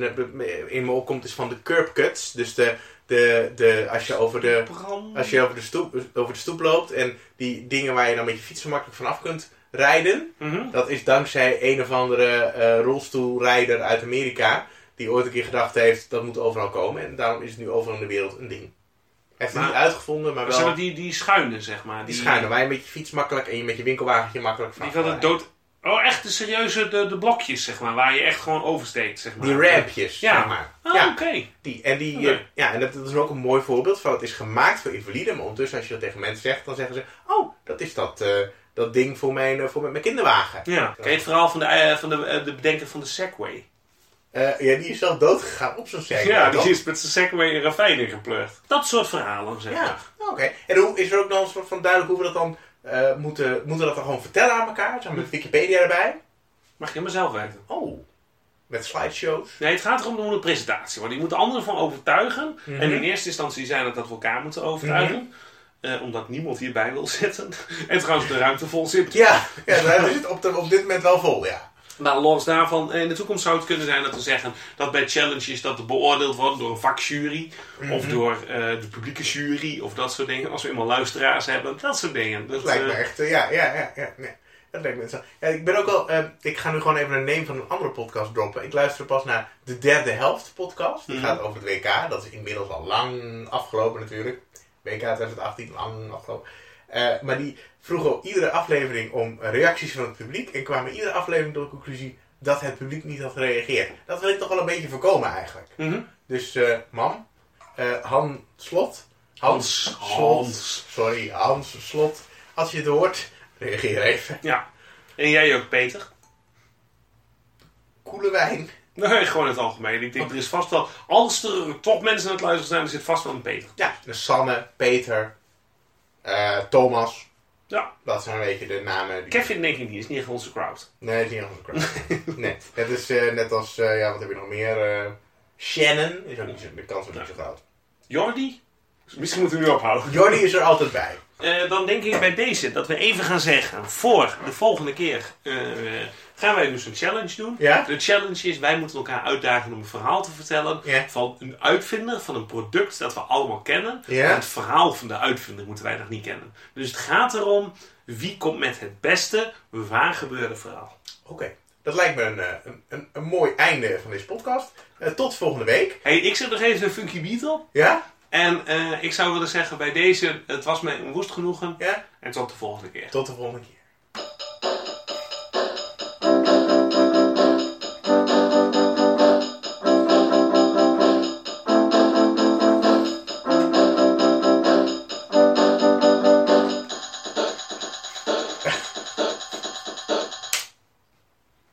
S1: in me opkomt is van de curb cuts. Dus de, de, de, als je over de,
S2: Bram.
S1: als je over, de stoep, over de stoep loopt en die dingen waar je dan met je fiets zo makkelijk vanaf kunt rijden.
S2: Mhm.
S1: Dat is dankzij een of andere eh, rolstoelrijder uit Amerika. Die ooit een keer gedacht heeft, dat moet overal komen. En daarom is het nu overal in de wereld een ding. Hij heeft het
S2: Maar-
S1: niet uitgevonden, maar
S2: Zeg
S1: wel
S2: maar die, die schuine, zeg maar.
S1: die schuine. Waar je met je fiets makkelijk en je met je winkelwagentje makkelijk
S2: Die
S1: vanaf
S2: van
S1: kan
S2: het
S1: rijden.
S2: dood. Oh, echt de serieuze de, de blokjes, zeg maar. Waar je echt gewoon oversteekt, zeg maar.
S1: Die rampjes,
S2: Ja.
S1: zeg maar.
S2: Ah,
S1: Ja,
S2: oké.
S1: die, en, die,
S2: Oké.
S1: eh, ja, en dat, dat is ook een mooi voorbeeld van het is gemaakt voor invaliden. Maar ondertussen als je dat tegen mensen zegt, dan zeggen ze... Oh, dat is dat, eh, dat ding voor mijn, eh, voor mijn, mijn kinderwagen.
S2: Ja. Ken je het verhaal van de, eh, van de, eh, de bedenker van de Segway?
S1: Eh, ja, die is zelf doodgegaan op zo'n cirkel.
S2: ja, die
S1: toch?
S2: is met zijn Segway een ravijn ingepleurd. Dat soort verhalen, zeg
S1: Ja,
S2: maar.
S1: oké. En hoe, is er ook dan een soort van duidelijk hoe we dat dan eh, moeten... Moeten we dat dan gewoon vertellen aan elkaar? Zeg maar met Wikipedia erbij?
S2: Mag je maar zelf weten.
S1: Oh, met slideshows.
S2: Nee, het gaat erom om de presentatie. Want je moet de anderen van overtuigen.
S1: Mhm.
S2: En in eerste instantie zijn het dat we elkaar moeten overtuigen. Eh, omdat niemand hierbij wil zitten. *laughs* en trouwens de ruimte vol zit.
S1: Ja, *laughs* ja daar is het op, de- op dit moment wel vol, ja.
S2: Maar los daarvan, eh, in de toekomst zou het kunnen zijn dat we zeggen dat bij challenges dat er beoordeeld wordt door een vakjury
S1: Mhm.
S2: of door eh, de publieke jury of dat soort dingen. Als we eenmaal luisteraars hebben, dat soort dingen. Dat,
S1: Dat lijkt me
S2: eh,
S1: echt, eh, ja, ja, ja, ja. Nee. Dat lijkt me interessant. Ja, ik ben ook wel, eh, ik ga nu gewoon even een name van een andere podcast droppen. Ik luister pas naar de derde helft podcast. Die
S2: Mhm.
S1: gaat over het WK. Dat is inmiddels al lang afgelopen natuurlijk. WK 2018, lang afgelopen. Eh, maar die vroegen op iedere aflevering om reacties van het publiek. En kwamen iedere aflevering tot de conclusie dat het publiek niet had gereageerd. Dat wil ik toch wel een beetje voorkomen eigenlijk.
S2: mhm.
S1: Dus eh, mam, eh, Han Slot. Hans,
S2: Hans.
S1: Slot.
S2: Hans.
S1: Sorry, Hans Slot. Als je het hoort, reageer even.
S2: Ja. En jij ook, Peter?
S1: Koele wijn.
S2: Nee, gewoon in het algemeen. Ik denk, er is vast wel, als er toch mensen aan het luisteren zijn, er zit vast wel een Peter.
S1: Ja, dus Sanne, Peter, eh, Thomas.
S2: Ja.
S1: Dat zijn een beetje de namen. Die...
S2: Kevin denk ik niet, is niet echt onze crowd.
S1: Nee, dat is niet helemaal
S2: *laughs*
S1: correct. nee, het is eh, net als, eh, ja, wat heb je nog meer? eh, Shannon. Is ook niet zo, de kans is niet zo groot.
S2: Jordi? Misschien moeten we nu ophouden.
S1: Jordi is er altijd bij.
S2: Eh, dan denk ik bij deze dat we even gaan zeggen voor de volgende keer eh, gaan wij dus een challenge doen.
S1: Ja?
S2: De challenge is wij moeten elkaar uitdagen om een verhaal te vertellen
S1: Ja.
S2: van een uitvinder van een product dat we allemaal kennen.
S1: Ja.
S2: En het verhaal van de uitvinder moeten wij nog niet kennen. Dus het gaat erom wie komt met het beste waar gebeurde verhaal.
S1: Oké. Dat lijkt me een, eh, een, een, een mooi einde van deze podcast. Eh, tot volgende week.
S2: Hey, ik zet nog even een funky beat op.
S1: Ja?
S2: En eh, ik zou willen zeggen bij deze, het was mij een woest genoegen.
S1: Ja?
S2: En tot de volgende keer.
S1: Tot de volgende keer.